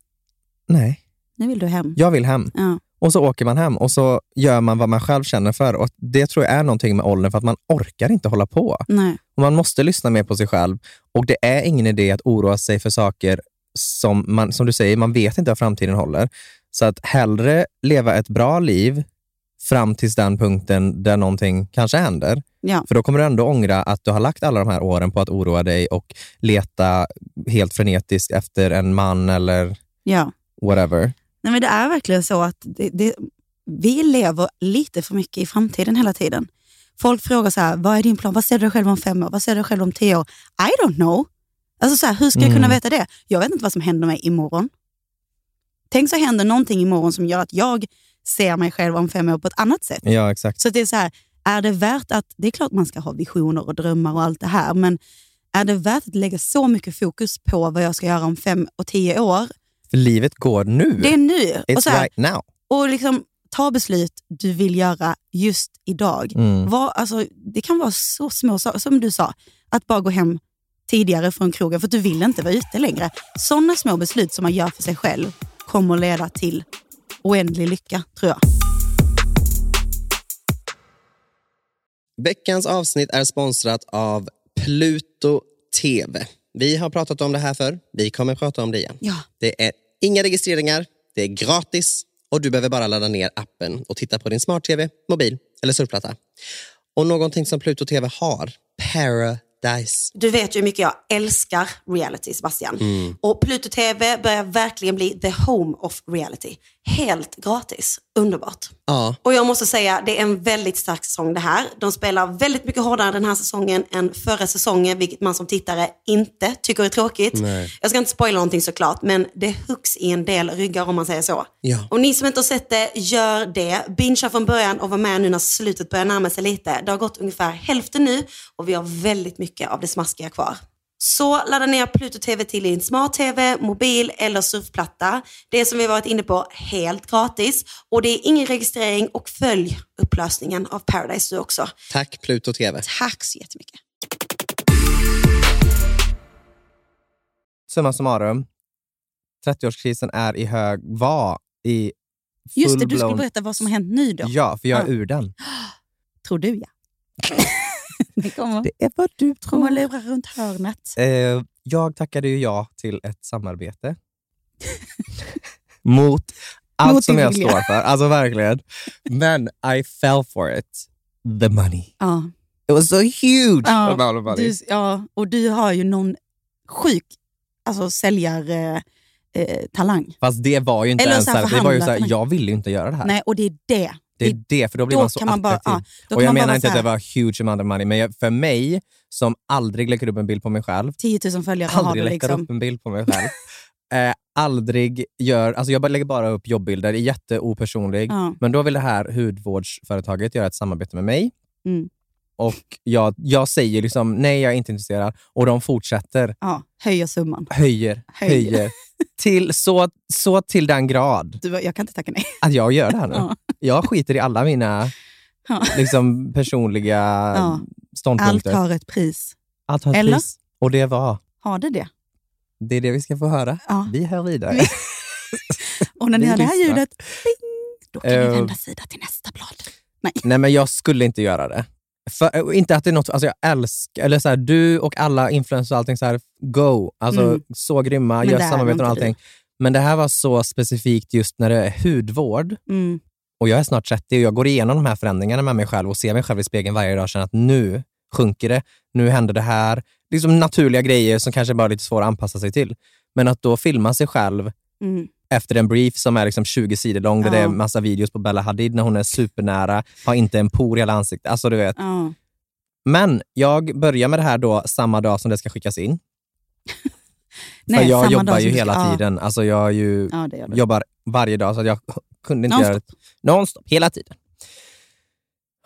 Speaker 5: nej,
Speaker 4: Nu vill du hem.
Speaker 5: jag vill hem.
Speaker 4: Ja.
Speaker 5: Och så åker man hem och så gör man vad man själv känner för. Och Det tror jag är någonting med åldern, för att man orkar inte hålla på.
Speaker 4: Nej.
Speaker 5: Och man måste lyssna mer på sig själv. Och det är ingen idé att oroa sig för saker som, man, som du säger, man vet inte vad framtiden håller. Så att hellre leva ett bra liv fram tills den punkten där någonting kanske händer.
Speaker 4: Ja.
Speaker 5: För då kommer du ändå ångra att du har lagt alla de här åren på att oroa dig och leta helt frenetiskt efter en man eller
Speaker 4: Ja.
Speaker 5: whatever.
Speaker 4: Nej, men det är verkligen så att det, det, vi lever lite för mycket i framtiden hela tiden. Folk frågar så här, vad är din plan? Vad ser du dig själv om fem år? Vad ser du dig själv om tio år? I don't know. Alltså så här, hur ska jag kunna
Speaker 5: Mm.
Speaker 4: veta det? Jag vet inte vad som händer mig imorgon. Tänk så händer någonting imorgon som gör att jag ser mig själv om fem år på ett annat sätt.
Speaker 5: Ja, exakt.
Speaker 4: Så att det är så här, är det värt att, det är klart man ska ha visioner och drömmar och allt det här, men är det värt att lägga så mycket fokus på vad jag ska göra om fem och tio år?
Speaker 5: För livet går nu.
Speaker 4: Det är nu. Och,
Speaker 5: It's
Speaker 4: så här,
Speaker 5: right now.
Speaker 4: och liksom, ta beslut du vill göra just idag.
Speaker 5: Mm.
Speaker 4: Vad, alltså, det kan vara så små saker, som du sa, att bara gå hem tidigare från krogen för att du vill inte vara ute längre. Sådana små beslut som man gör för sig själv kommer leda till oändlig lycka, tror jag.
Speaker 5: Veckans avsnitt är sponsrat av Pluto TV. Vi har pratat om det här förr. Vi kommer prata om det igen.
Speaker 4: Ja.
Speaker 5: Det är inga registreringar, det är gratis och du behöver bara ladda ner appen och titta på din smart-tv, mobil eller surfplatta. Och någonting som Pluto TV har, Paradise.
Speaker 6: Du vet ju hur mycket jag älskar reality, Sebastian. Och Pluto TV börjar verkligen bli the home of reality. Helt gratis. Underbart.
Speaker 5: Ja,
Speaker 6: Och jag måste säga, det är en väldigt stark säsong det här. De spelar väldigt mycket hårdare den här säsongen än förra säsongen, vilket man som tittare inte tycker är tråkigt. Jag ska inte spoila någonting såklart, men det huggs i en del ryggar om man säger så.
Speaker 5: Ja.
Speaker 6: Och ni som inte har sett det, gör det. Bingea från början och var med nu när slutet börjar närma sig lite. Det har gått ungefär hälften nu och vi har väldigt mycket av det smaskiga kvar. Så ladda ner Pluto TV till din smart-TV, mobil eller surfplatta. Det som vi varit inne på, helt gratis. Och det är ingen registrering och följ upplösningen av Paradise du också.
Speaker 5: tack Pluto TV.
Speaker 6: Tack så jättemycket.
Speaker 5: Summa summarum, 30-årskrisen är i hög, var i
Speaker 4: Just det, du skulle berätta vad som har hänt nu då.
Speaker 5: Ja, för
Speaker 4: jag är Ja.
Speaker 5: ur den.
Speaker 4: Tror du
Speaker 5: (laughs)
Speaker 4: ja. det kommer,
Speaker 5: Det är vad du
Speaker 4: kommer att lura runt hörnet.
Speaker 5: Eh, jag tackade ju ja till ett samarbete. (laughs) Mot allt
Speaker 4: Mot
Speaker 5: som
Speaker 4: din
Speaker 5: jag
Speaker 4: vilja.
Speaker 5: står för. Alltså verkligen. Men I fell for it. The money.
Speaker 4: Ja.
Speaker 5: It was so huge
Speaker 4: Ja,
Speaker 5: amount of money.
Speaker 4: Du, ja, och du har ju någon sjuk alltså, säljartalang. Eh, eh, talang.
Speaker 5: Fast det var ju inte
Speaker 4: Eller
Speaker 5: ens
Speaker 4: så här
Speaker 5: så här, det var ju så
Speaker 4: förhandla-
Speaker 5: här, jag ville ju inte göra det här.
Speaker 4: Nej, och det är det.
Speaker 5: det är det, för då blir
Speaker 4: då
Speaker 5: man så
Speaker 4: kan man bara-
Speaker 5: attraktiv.
Speaker 4: ja, då
Speaker 5: och
Speaker 4: kan
Speaker 5: jag
Speaker 4: man bara
Speaker 5: menar
Speaker 4: vara
Speaker 5: inte
Speaker 4: så
Speaker 5: att det
Speaker 4: här-
Speaker 5: var huge amount of money, men jag, för mig som aldrig lägger upp en bild på mig själv,
Speaker 4: 10 000 följare har
Speaker 5: aldrig
Speaker 4: du
Speaker 5: lägger
Speaker 4: liksom.
Speaker 5: upp en bild på
Speaker 4: (laughs)
Speaker 5: mig själv. eh, aldrig gör, alltså jag bara lägger bara upp jobbbilder, är jätteopersonlig.
Speaker 4: Ja.
Speaker 5: Men då vill det här hudvårdsföretaget göra ett samarbete med mig.
Speaker 4: Mm.
Speaker 5: Och jag, jag säger liksom nej, jag är inte intresserad. Och de fortsätter,
Speaker 4: Ja, höjer summan.
Speaker 5: höjer,
Speaker 4: Höjer.
Speaker 5: höjer. till, så, så till den grad
Speaker 4: Du, jag kan inte tacka nej.
Speaker 5: att jag gör det här nu.
Speaker 4: Ja.
Speaker 5: Jag skiter i alla mina
Speaker 4: Ja.
Speaker 5: liksom, personliga
Speaker 4: Ja. Allt
Speaker 5: ståndpunkter.
Speaker 4: har ett pris.
Speaker 5: Allt har ett
Speaker 4: Eller?
Speaker 5: pris. Och det var,
Speaker 4: Har det det?
Speaker 5: det är det vi ska få höra.
Speaker 4: Ja.
Speaker 5: Vi hör vidare.
Speaker 4: Och när ni
Speaker 5: Vi
Speaker 4: hör det här
Speaker 5: lyssnar.
Speaker 4: ljudet, ding, då kan ni
Speaker 5: Eh.
Speaker 4: vända sida till nästa blad.
Speaker 5: Nej, men jag skulle inte göra det. För, och inte att det är något, alltså jag älskar, eller så här, du och alla influencers och allting, så här, go. Alltså
Speaker 4: Mm.
Speaker 5: så grymma,
Speaker 4: Men
Speaker 5: gör
Speaker 4: det är
Speaker 5: samarbeten och
Speaker 4: inte
Speaker 5: allting. Men det här var så specifikt just när det är hudvård.
Speaker 4: Mm.
Speaker 5: Och jag är snart 30 och jag går igenom de här förändringarna med mig själv och ser mig själv i spegeln varje dag och känner att nu sjunker det, nu händer det här. Liksom naturliga grejer som kanske bara är lite svåra att anpassa sig till. Men att då filma sig själv
Speaker 4: Mm.
Speaker 5: efter en brief som är liksom 20 sidor lång, där
Speaker 4: Ja.
Speaker 5: det är massa videos på Bella Hadid när hon är supernära, har inte en por i hela ansiktet. Alltså, du vet.
Speaker 4: Ja.
Speaker 5: Men jag börjar med det här då samma dag som det ska skickas in.
Speaker 4: Nej,
Speaker 5: För jag
Speaker 4: samma
Speaker 5: jobbar
Speaker 4: dag
Speaker 5: ju
Speaker 4: som du
Speaker 5: hela
Speaker 4: ska- ja.
Speaker 5: tiden. Alltså jag är ju,
Speaker 4: Ja, det gör du.
Speaker 5: jobbar varje dag, så att jag kunde inte göra
Speaker 4: Nonstop.
Speaker 5: det. Nonstop, (clears throat) hela tiden.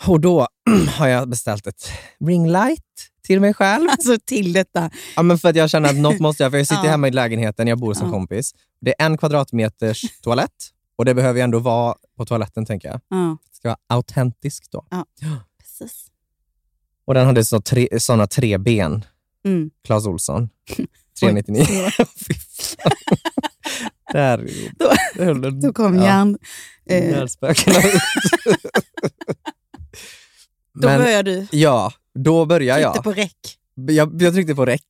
Speaker 5: Och då har jag beställt ett ringlight till mig själv.
Speaker 4: (laughs) Alltså till detta.
Speaker 5: Ja, men för att jag känner att något måste jag, för jag sitter
Speaker 4: Ja.
Speaker 5: hemma i lägenheten, jag bor som
Speaker 4: Ja.
Speaker 5: kompis. Det är en kvadratmeters toalett och det behöver ju ändå vara på toaletten tänker jag.
Speaker 4: Ja,
Speaker 5: Det ska vara autentiskt då.
Speaker 4: precis.
Speaker 5: Och den hade så tre, såna tre ben,
Speaker 4: Mm. (laughs)
Speaker 5: Clas Olsson. 399. (laughs) Fy fan. Där,
Speaker 4: (laughs) Då-
Speaker 5: där höll den.
Speaker 4: Då kom
Speaker 5: Ja. Mm.
Speaker 4: hjärn... Eh,
Speaker 5: Hjärnspökena ut.
Speaker 4: (laughs) då
Speaker 5: Men,
Speaker 4: börjar du.
Speaker 5: ja, då börjar
Speaker 4: Tryckte
Speaker 5: jag.
Speaker 4: på räck.
Speaker 5: jag. Jag tryckte på räck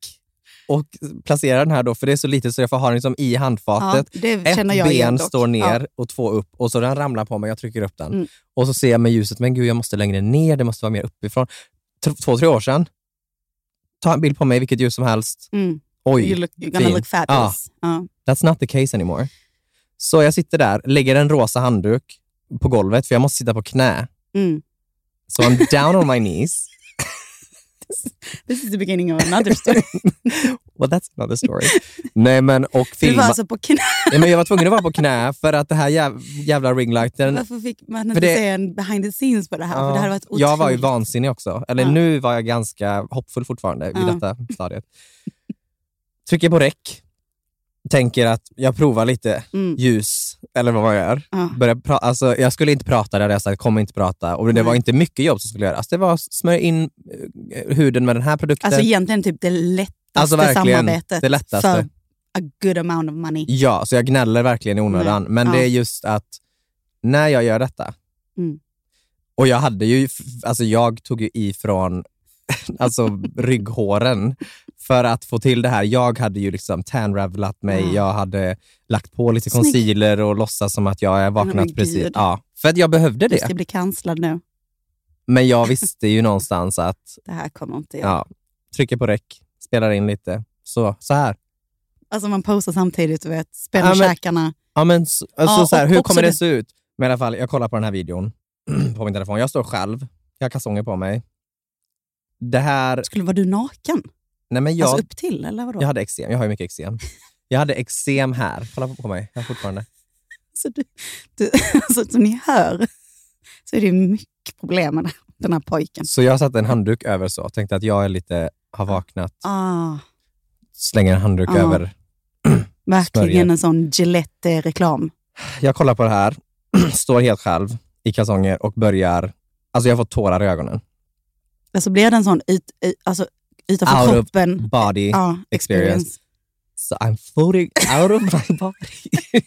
Speaker 5: och placerade den här då, för det är så litet så jag får ha den liksom i handfatet.
Speaker 4: det
Speaker 5: Ett
Speaker 4: känner jag igen
Speaker 5: ben
Speaker 4: dock.
Speaker 5: står ner
Speaker 4: Ja.
Speaker 5: och två upp och så den ramlar på mig. Jag trycker upp den.
Speaker 4: Mm.
Speaker 5: Och så ser jag med ljuset, men gud jag måste längre ner, det måste vara mer uppifrån. T två, tre år sedan, ta en bild på mig vilket ljus som helst.
Speaker 4: Mm. You
Speaker 5: Oj,
Speaker 4: look, you're gonna
Speaker 5: fin.
Speaker 4: look fabulous. Ja.
Speaker 5: that's not the case anymore. Så jag sitter där, lägger en rosa handduk på golvet för jag måste sitta på knä.
Speaker 4: Mm. (laughs)
Speaker 5: So I'm down on my knees.
Speaker 4: This is the beginning of another
Speaker 5: (laughs)
Speaker 4: story.
Speaker 5: Well, that's another story. Nej, men och
Speaker 4: du
Speaker 5: filma.
Speaker 4: var alltså på
Speaker 5: (laughs)
Speaker 4: knä.
Speaker 5: Nej, men jag var tvungen att vara på knä för att det här jäv, jävla ringlighten...
Speaker 4: Varför fick man inte
Speaker 5: För det-
Speaker 4: se en behind the scenes på det här? För det
Speaker 5: Ja,
Speaker 4: hade varit otroligt.
Speaker 5: jag var ju vansinnig också. Eller
Speaker 4: Ja.
Speaker 5: nu var jag ganska hoppfull fortfarande vid
Speaker 4: Ja.
Speaker 5: detta stadiet. Trycker på räck. Tänker att jag provar lite
Speaker 4: Mm.
Speaker 5: ljus, eller vad man gör.
Speaker 4: Ja.
Speaker 5: Börjar pra- alltså, jag skulle inte prata, det hade jag sagt. Kommer inte prata. Och det
Speaker 4: Nej.
Speaker 5: var inte mycket jobb som skulle göras. Det var smörja in eh, huden med den här produkten.
Speaker 4: Alltså egentligen typ det lättaste
Speaker 5: Alltså, verkligen,
Speaker 4: samarbetet
Speaker 5: det lättaste.
Speaker 4: för a good amount of money.
Speaker 5: Ja, så jag gnäller verkligen i onödan. Men
Speaker 4: Ja.
Speaker 5: det är just att när jag gör detta,
Speaker 4: Mm.
Speaker 5: och jag hade ju, alltså jag tog ju ifrån (laughs) alltså rygghåren för att få till det här. Jag hade ju liksom tanravlat mig,
Speaker 4: Ja.
Speaker 5: jag hade lagt på lite
Speaker 4: Snyggt.
Speaker 5: concealer och låtsas som att jag är vaknat
Speaker 4: men
Speaker 5: precis.
Speaker 4: gud.
Speaker 5: Ja, för att jag behövde
Speaker 4: Du
Speaker 5: det.
Speaker 4: ska bli kanslad nu.
Speaker 5: Men jag visste ju
Speaker 4: (laughs)
Speaker 5: någonstans att,
Speaker 4: Det här kommer inte jag.
Speaker 5: ja, trycker på räck, spelar in lite. Så, så här.
Speaker 4: Alltså man posar samtidigt, du vet, spänner
Speaker 5: Ja, men-
Speaker 4: käkarna.
Speaker 5: Ja, men s- alltså,
Speaker 4: Ja,
Speaker 5: så här,
Speaker 4: och
Speaker 5: hur
Speaker 4: också
Speaker 5: kommer det
Speaker 4: det-
Speaker 5: se ut? Men i alla fall, jag kollar på den här videon (clears throat) på min telefon. Jag står själv, jag har kalsonger på mig. Det här...
Speaker 4: Skulle vara du naken?
Speaker 5: Nej men jag,
Speaker 4: Alltså upp till eller vadå?
Speaker 5: jag hade eksem, jag har ju mycket eksem. Jag hade eksem här, kolla på mig, jag har fortfarande.
Speaker 4: Alltså, du, du, (laughs) alltså, som ni hör så är det ju mycket problem med den här pojken.
Speaker 5: Så jag satte en handduk över så, tänkte att jag är lite, har vaknat,
Speaker 4: Ah,
Speaker 5: slänger en handduk
Speaker 4: Ja.
Speaker 5: över.
Speaker 4: verkligen
Speaker 5: Smörjer.
Speaker 4: en sån Gillette-reklam.
Speaker 5: Jag kollar på det här, (clears throat) står helt själv i kalsonger och börjar, alltså jag får tårar i ögonen.
Speaker 4: Alltså blir det en sån ut, ut, alltså, utanför
Speaker 5: Out of
Speaker 4: kroppen
Speaker 5: Body,
Speaker 4: Mm. ja,
Speaker 5: experience.
Speaker 4: experience. (laughs)
Speaker 5: so I'm floating out of my (laughs) body.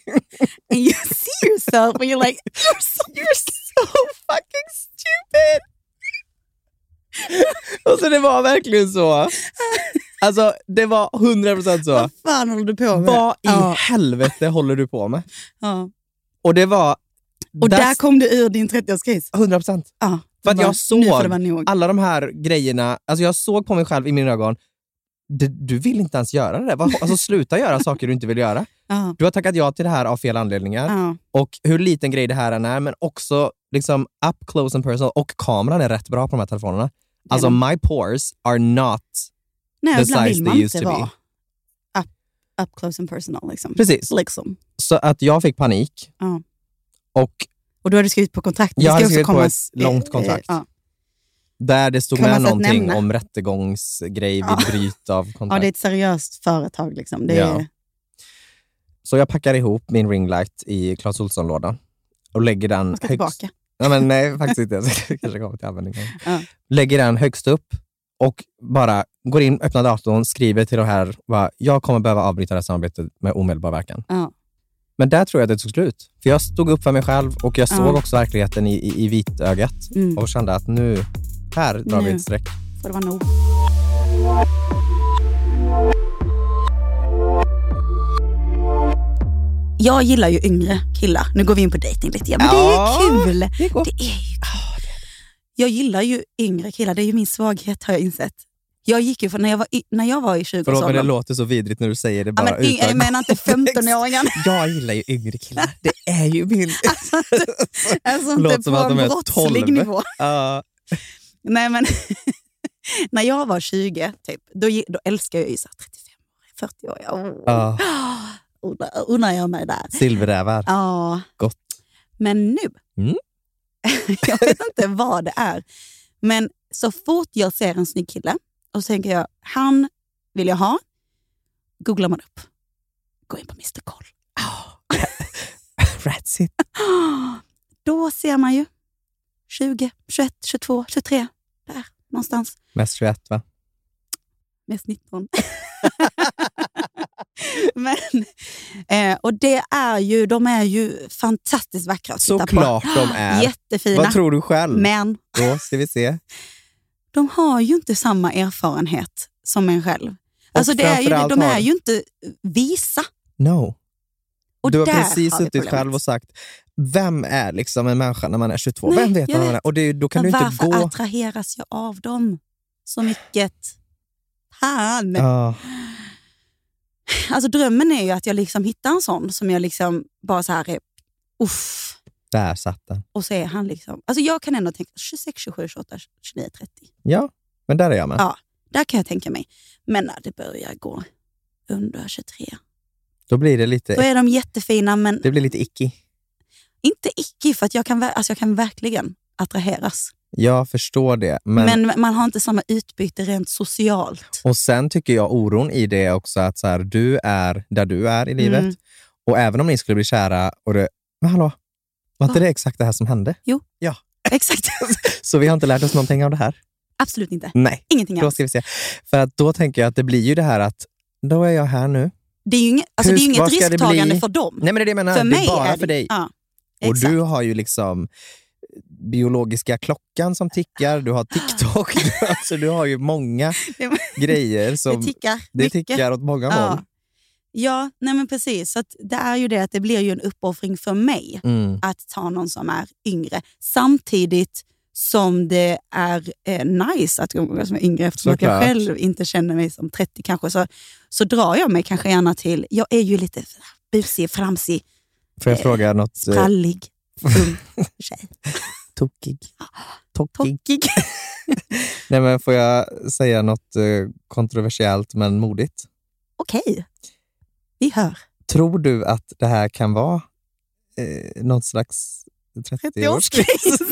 Speaker 4: And you see yourself and you're like, you're
Speaker 5: (laughs)
Speaker 4: so, you're so fucking stupid.
Speaker 5: Och så Alltså, det var verkligen så. Alltså, det var 100 procent så.
Speaker 4: Vad fan håller du på med?
Speaker 5: Vad i
Speaker 4: Ja,
Speaker 5: helvete håller du på med?
Speaker 4: ja.
Speaker 5: Och det var...
Speaker 4: Och där
Speaker 5: that's
Speaker 4: kom du ur din 30-årskris.
Speaker 5: 100 procent.
Speaker 4: Ja,
Speaker 5: För att
Speaker 4: det var-
Speaker 5: jag såg
Speaker 4: Nu får det vara nog.
Speaker 5: Alla de här grejerna, alltså jag såg på mig själv i mina ögon, du, du vill inte ens göra det. där. Vad- Alltså sluta göra saker du inte vill göra.
Speaker 4: Ja,
Speaker 5: Du har tackat ja till det här av fel anledningar.
Speaker 4: ja.
Speaker 5: Och hur liten grej det här än är, men också liksom up close and personal. Och kameran är rätt bra på de här telefonerna. Alltså
Speaker 4: Den-
Speaker 5: my pores are not
Speaker 4: Nej,
Speaker 5: the
Speaker 4: ibland
Speaker 5: size
Speaker 4: vill man
Speaker 5: they
Speaker 4: inte
Speaker 5: used to be.
Speaker 4: vara up, up close and personal. Liksom.
Speaker 5: Precis.
Speaker 4: Liksom.
Speaker 5: Så att jag fick panik.
Speaker 4: Ja.
Speaker 5: Och
Speaker 4: Och då har du skrivit på kontrakt. Det
Speaker 5: Jag hade
Speaker 4: också
Speaker 5: skrivit på
Speaker 4: komma
Speaker 5: ett
Speaker 4: s-
Speaker 5: långt
Speaker 4: eh,
Speaker 5: kontrakt.
Speaker 4: Ja.
Speaker 5: där det stod
Speaker 4: Kan
Speaker 5: med
Speaker 4: man så att
Speaker 5: någonting
Speaker 4: nämna?
Speaker 5: om rättegångsgrej vid
Speaker 4: Ja.
Speaker 5: bryt av
Speaker 4: (laughs) ja,
Speaker 5: kontrakt.
Speaker 4: det är ett seriöst företag. Liksom. Det är,
Speaker 5: Ja. Så jag packar ihop min ringlight i Clas Ohlson-lådan och lägger den
Speaker 4: Man ska
Speaker 5: högst...
Speaker 4: tillbaka.
Speaker 5: Nej,
Speaker 4: (laughs)
Speaker 5: men, nej, faktiskt inte. Jag kanske kommer till användning.
Speaker 4: Ja.
Speaker 5: Lägger den högst upp och bara går in, öppnar datorn, skriver till de här va, jag kommer behöva avbryta det här samarbetet med omedelbar verkan.
Speaker 4: Ja.
Speaker 5: Men där tror jag att det tog slut. För jag stod upp för mig själv och jag
Speaker 4: Ja.
Speaker 5: såg också verkligheten i, i, i vitögat
Speaker 4: Mm.
Speaker 5: och kände att nu, här drar vi
Speaker 4: Nu.
Speaker 5: ett streck.
Speaker 4: Får det vara nog. Jag gillar ju yngre killar. Nu går vi in på dejting lite igen, men
Speaker 5: Ja.
Speaker 4: det är kul.
Speaker 5: Det går.
Speaker 4: Det är ju kul. Jag gillar ju yngre killar. Det är ju min svaghet har jag insett. Jag gick ju för när jag var i, när jag var i 20-årsåldern.
Speaker 5: Förlåt, men det låter så vidrigt när du säger det
Speaker 4: Alltså, Ja,
Speaker 5: bara
Speaker 4: men yng- jag
Speaker 5: utan...
Speaker 4: menar
Speaker 5: (laughs)
Speaker 4: inte 15-åringen.
Speaker 5: Jag gillar ju yngre killar. Det är
Speaker 4: (laughs)
Speaker 5: ju min...
Speaker 4: Alltså
Speaker 5: Låter
Speaker 4: inte
Speaker 5: som
Speaker 4: på
Speaker 5: att
Speaker 4: en
Speaker 5: de är
Speaker 4: brottslig
Speaker 5: 12.
Speaker 4: nivå.
Speaker 5: Ja.
Speaker 4: Nej, men (laughs) när jag var 20, typ, då, gi- då älskade jag ju så här 35 år, 40 år. Oh.
Speaker 5: Ja.
Speaker 4: Undrar, undrar jag mig där.
Speaker 5: Silverrävar.
Speaker 4: Ja.
Speaker 5: Gott.
Speaker 4: Men nu. (laughs)
Speaker 5: Mm.
Speaker 4: jag vet inte vad det är. Men så fort jag ser en snygg kille Och så tänker jag, han vill jag ha. Googlar man upp. Gå in på Mr. Koll.
Speaker 5: Oh. (laughs) Ratsit.
Speaker 4: (gasps) Då ser man ju 20, 21, 22, 23. Där någonstans.
Speaker 5: Mest 21 va?
Speaker 4: Mest 19. (laughs) Men, eh, och det är ju, de är ju fantastiskt vackra att titta
Speaker 5: Såklart
Speaker 4: på. (gasps)
Speaker 5: de är.
Speaker 4: Jättefina.
Speaker 5: Vad tror du själv?
Speaker 4: Men
Speaker 5: Då ska vi se.
Speaker 4: de har ju inte samma erfarenhet som en själv. Alltså det är ju,
Speaker 5: framförallt
Speaker 4: de är
Speaker 5: har-
Speaker 4: ju inte visa.
Speaker 5: No.
Speaker 4: Och
Speaker 5: du har
Speaker 4: där
Speaker 5: precis
Speaker 4: har vi
Speaker 5: suttit
Speaker 4: problemet.
Speaker 5: själv och sagt, vem är liksom en människa när man är 22?
Speaker 4: Nej,
Speaker 5: vem vet
Speaker 4: jag
Speaker 5: vad man
Speaker 4: vet.
Speaker 5: är? Och det, är ju- då kan
Speaker 4: Men
Speaker 5: du inte
Speaker 4: varför
Speaker 5: gå...
Speaker 4: attraheras jag av dem så mycket? Fan!
Speaker 5: Ja.
Speaker 4: Alltså drömmen är ju att jag liksom hittar en sån som jag liksom bara så här är, uff.
Speaker 5: Där satt den.
Speaker 4: Och så är han liksom, alltså jag kan ändå tänka 26, 27, 28, 29, 30.
Speaker 5: Ja, men där är jag med.
Speaker 4: Ja. Där kan jag tänka mig. Men när det börjar gå under 23,
Speaker 5: Då blir det
Speaker 4: då
Speaker 5: lite,
Speaker 4: är de jättefina men
Speaker 5: det blir lite icky.
Speaker 4: inte icke för att jag kan, ver- alltså jag kan verkligen attraheras.
Speaker 5: Jag förstår det. Men,
Speaker 4: Men, man har inte samma utbyte rent
Speaker 5: (laughs)
Speaker 4: socialt.
Speaker 5: Och sen tycker jag oron i det är också att så här, du är där du är i livet.
Speaker 4: Mm.
Speaker 5: Och även om ni skulle bli kära och det, men hallå, var inte det exakt det här som hände?
Speaker 4: Exakt.
Speaker 5: Så vi har inte lärt oss någonting av det här?
Speaker 4: Absolut inte.
Speaker 5: Nej.
Speaker 4: Ingenting
Speaker 5: Då
Speaker 4: alls.
Speaker 5: ska vi se. För att då tänker jag att det blir ju det här att då är jag här nu.
Speaker 4: Det är ju inget, alltså
Speaker 5: Hur-
Speaker 4: det är ju inget
Speaker 5: vad ska det
Speaker 4: risktagande
Speaker 5: bli?
Speaker 4: för dem.
Speaker 5: Nej men det är det jag menar,
Speaker 4: för
Speaker 5: det
Speaker 4: mig
Speaker 5: är bara
Speaker 4: är det,
Speaker 5: för dig.
Speaker 4: Ja,
Speaker 5: och
Speaker 4: exakt.
Speaker 5: du har ju liksom biologiska klockan som tickar, du har TikTok, alltså du har
Speaker 4: (laughs)
Speaker 5: ju många
Speaker 4: Ja, men-
Speaker 5: grejer som
Speaker 4: det tickar
Speaker 5: det
Speaker 4: mycket.
Speaker 5: tickar åt många håll.
Speaker 4: Ja, ja nej men precis. Så att det är ju det att det blir ju en uppoffring för mig
Speaker 5: Mm.
Speaker 4: att ta någon som är yngre. Samtidigt som det är eh, nice att gå med någon som är yngre eftersom att jag
Speaker 5: Såklart.
Speaker 4: själv inte känner mig som 30 kanske. Så, så drar jag mig kanske gärna till, jag är ju lite busig, framsig,
Speaker 5: Får jag
Speaker 4: Eh,
Speaker 5: fråga något eh,
Speaker 4: sprallig, ung
Speaker 5: (laughs)
Speaker 4: tjej.
Speaker 5: tokig? Tokig.
Speaker 4: (gasps) Tokig.
Speaker 5: Nej, men får jag säga något eh, kontroversiellt men modigt?
Speaker 4: Okej, vi hör.
Speaker 5: Tror du att det här kan vara eh, något slags (laughs) 30-årskris?
Speaker 4: 30-årskris.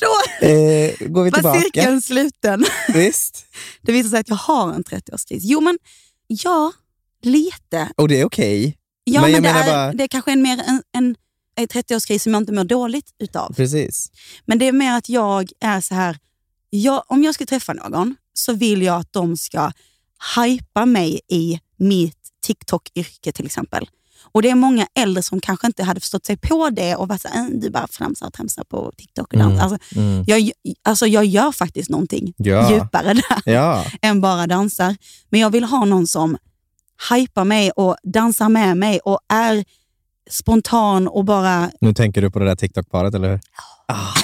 Speaker 4: Då
Speaker 5: eh, går
Speaker 4: var
Speaker 5: vi tillbaka?
Speaker 4: cirkeln sluten.
Speaker 5: (laughs) Visst.
Speaker 4: Det visar sig att jag har en 30-årskris. Jo, men ja, lite.
Speaker 5: Och det är okej.
Speaker 4: Ja, men,
Speaker 5: Men jag
Speaker 4: det,
Speaker 5: menar
Speaker 4: är,
Speaker 5: bara-
Speaker 4: det är kanske en, mer en, en, en 30-årskris som jag inte mår dåligt utav.
Speaker 5: Precis.
Speaker 4: Men det är mer att jag är så här, jag, om jag ska träffa någon så vill jag att de ska hypa mig i mitt TikTok-yrke till exempel. Och Det är många äldre som kanske inte hade förstått sig på det och varit så här, "Äh, du bara flamsar och tramsar på TikTok. Och
Speaker 5: Mm.
Speaker 4: dans." Alltså,
Speaker 5: Mm.
Speaker 4: jag, alltså, jag gör faktiskt någonting
Speaker 5: Ja.
Speaker 4: djupare där
Speaker 5: ja.
Speaker 4: än bara dansar. Men jag vill ha någon som hypar mig och dansar med mig och är spontan och bara...
Speaker 5: Nu tänker du på det där TikTok-paret, eller hur? Ah,
Speaker 4: (laughs)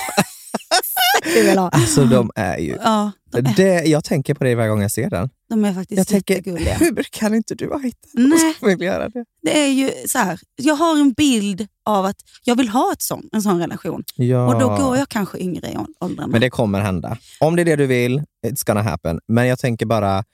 Speaker 4: Det vill jag ha.
Speaker 5: alltså de är ju...
Speaker 4: Ja, de är,
Speaker 5: Det, jag tänker på det varje gång jag ser den.
Speaker 4: de är faktiskt
Speaker 5: Jag tänker,
Speaker 4: jättegulliga.
Speaker 5: hur kan inte du ha hittat
Speaker 4: Nej,
Speaker 5: vill göra det?
Speaker 4: det är ju så här. Jag har en bild av att jag vill ha ett sån, en sån relation.
Speaker 5: Ja.
Speaker 4: Och då går jag kanske yngre i ål- åldrarna.
Speaker 5: Ah. Men det kommer hända. Om det är det du vill, it's gonna happen. Men jag tänker bara,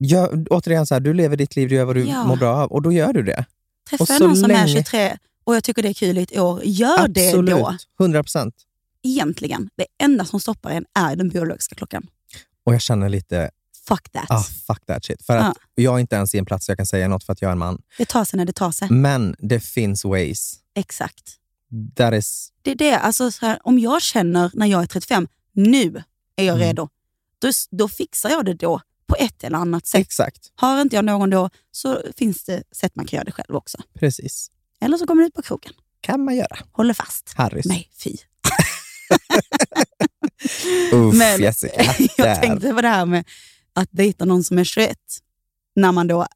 Speaker 5: gör, återigen, så här, du lever ditt liv, du gör vad du
Speaker 4: Ja.
Speaker 5: mår bra av och då gör du det. och
Speaker 4: Träffar jag
Speaker 5: så
Speaker 4: någon som är
Speaker 5: länge-
Speaker 4: 23 och jag tycker det är kul i ett år, gör det då.
Speaker 5: Absolut, 100 procent.
Speaker 4: Egentligen, det enda som stoppar en är den biologiska klockan.
Speaker 5: Och jag känner lite,
Speaker 4: Fuck that.
Speaker 5: ah, fuck that shit. För att jag är inte ens i en plats där jag kan säga något för att jag är en man.
Speaker 4: Det tar sig när det tar sig.
Speaker 5: Men det finns ways.
Speaker 4: Exakt.
Speaker 5: That is,
Speaker 4: Det är det. Alltså, så här, om jag känner när jag är 35, nu är jag
Speaker 5: Mm.
Speaker 4: redo. Då, då fixar jag det då på ett eller annat sätt.
Speaker 5: exakt,
Speaker 4: Har inte jag någon då så finns det sätt man kan göra det själv också.
Speaker 5: precis.
Speaker 4: Eller så går man ut på krogen.
Speaker 5: Kan man göra.
Speaker 4: Håller fast.
Speaker 5: Harris.
Speaker 4: Nej, fy.
Speaker 5: (laughs) Uff,
Speaker 4: Men-
Speaker 5: Jessica.
Speaker 4: (laughs) jag
Speaker 5: där.
Speaker 4: tänkte på det här med att dejta någon som är 21. När man då,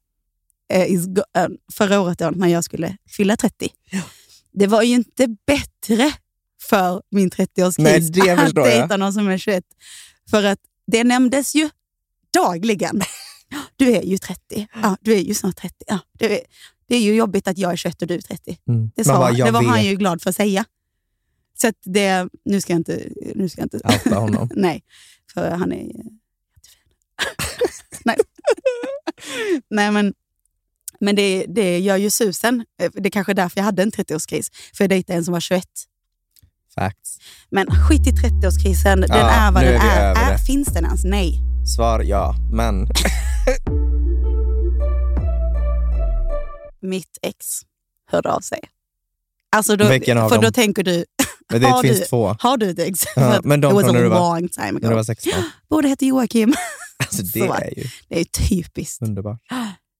Speaker 4: eh, is go- eh, förra året då, när jag skulle fylla 30. Det var ju inte bättre för min
Speaker 5: Nej,
Speaker 4: 30-årskris
Speaker 5: det
Speaker 4: att
Speaker 5: förstår jag.
Speaker 4: dejta någon som är 21. För att det nämndes ju
Speaker 5: (laughs)
Speaker 4: dagligen. Du är ju 30. Ja, du är ju snart 30. Ja, du är, det är ju jobbigt att jag är 21 och du är 30.
Speaker 5: Mm.
Speaker 4: Det,
Speaker 5: Man
Speaker 4: sa,
Speaker 5: bara,
Speaker 4: han.
Speaker 5: jag
Speaker 4: det var
Speaker 5: vet.
Speaker 4: han ju glad för att säga. Så att det, nu ska jag inte... Nu ska jag inte
Speaker 5: Outa honom.
Speaker 4: (laughs) Nej, för han är jättefin. (laughs) Nej. Nej, men, men det, Eh, det gör ju susen. Det är kanske är därför jag hade en 30-årskris. För jag dejtade en som var 21.
Speaker 5: Facts.
Speaker 4: Men skit i 30-årskrisen, den
Speaker 5: Ja,
Speaker 4: är vad
Speaker 5: nu
Speaker 4: den
Speaker 5: är vi
Speaker 4: är.
Speaker 5: över
Speaker 4: är.
Speaker 5: det.
Speaker 4: Finns den ens? Nej.
Speaker 5: Svar ja, men...
Speaker 4: Mitt ex hörde av sig. Alltså då,
Speaker 5: Vilken av
Speaker 4: för
Speaker 5: dem?
Speaker 4: då tänker du,
Speaker 5: men
Speaker 4: (laughs)
Speaker 5: det
Speaker 4: Har
Speaker 5: finns
Speaker 4: du-
Speaker 5: två.
Speaker 4: har du ett ex?
Speaker 5: Ja,
Speaker 4: För att
Speaker 5: men de
Speaker 4: it was
Speaker 5: från
Speaker 4: a
Speaker 5: när du var-
Speaker 4: long time
Speaker 5: När du
Speaker 4: ago.
Speaker 5: var 16.
Speaker 4: (laughs) Båda heter Joakim.
Speaker 5: (laughs) Alltså, det
Speaker 4: Så.
Speaker 5: är Mm. ju
Speaker 4: Det är ju typiskt.
Speaker 5: underbart.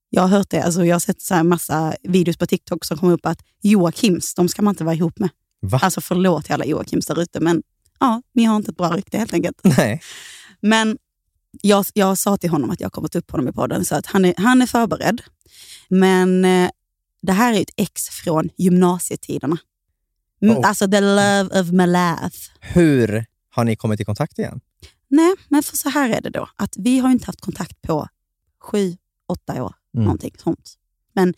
Speaker 4: Jag har hört det. Alltså, jag har sett så här massa videos på TikTok som kommer upp att Joakims, de ska man inte vara ihop med.
Speaker 5: Va?
Speaker 4: Alltså förlåt till alla Joakims där ute, men ja, ni har inte ett bra rykte helt enkelt.
Speaker 5: Nej.
Speaker 4: Men jag, jag sa till honom att jag kommer ta upp honom i podden, så att han är, han är förberedd. Men eh, det här är ju ett ex från gymnasietiderna. Mm,
Speaker 5: Oh.
Speaker 4: Alltså the love of my life.
Speaker 5: Hur har ni kommit i kontakt igen?
Speaker 4: Nej, men för så här är det då. Att vi har ju inte haft kontakt på sju, åtta år.
Speaker 5: Mm.
Speaker 4: Någonting sånt. Men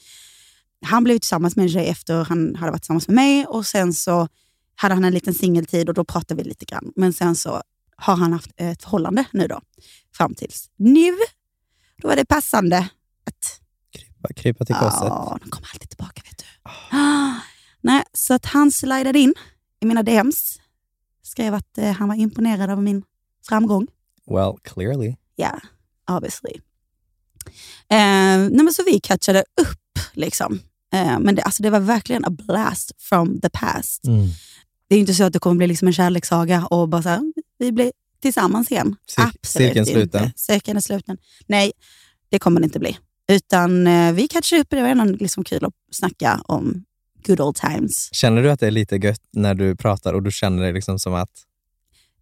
Speaker 4: han blev ju tillsammans med en tjej efter han hade varit tillsammans med mig och sen så hade han en liten singeltid och då pratade vi lite grann. Men sen så har han haft ett förhållande nu då. Fram tills nu. Då är det passande att...
Speaker 5: Krypa, krypa till korset.
Speaker 4: Ja, de kommer alltid tillbaka vet du. Ah, nej, så att han slidade in i mina DMs. Skrev att eh, han var imponerad av min framgång.
Speaker 5: Well, clearly.
Speaker 4: Ja, obviously. Eh, nej men så vi catchade upp. liksom. Eh, men det, alltså det var verkligen a blast from the past.
Speaker 5: Mm.
Speaker 4: Det är ju inte så att det kommer bli liksom en kärlekssaga och bara så här, vi blir tillsammans igen.
Speaker 5: Cir- cirkeln sluten.
Speaker 4: inte. Cirkeln är sluten. Nej, det kommer det inte bli. Utan eh, vi catchade upp och det var ändå liksom kul att snacka om good old times.
Speaker 5: Känner du att det är lite gött när du pratar och du känner dig liksom som att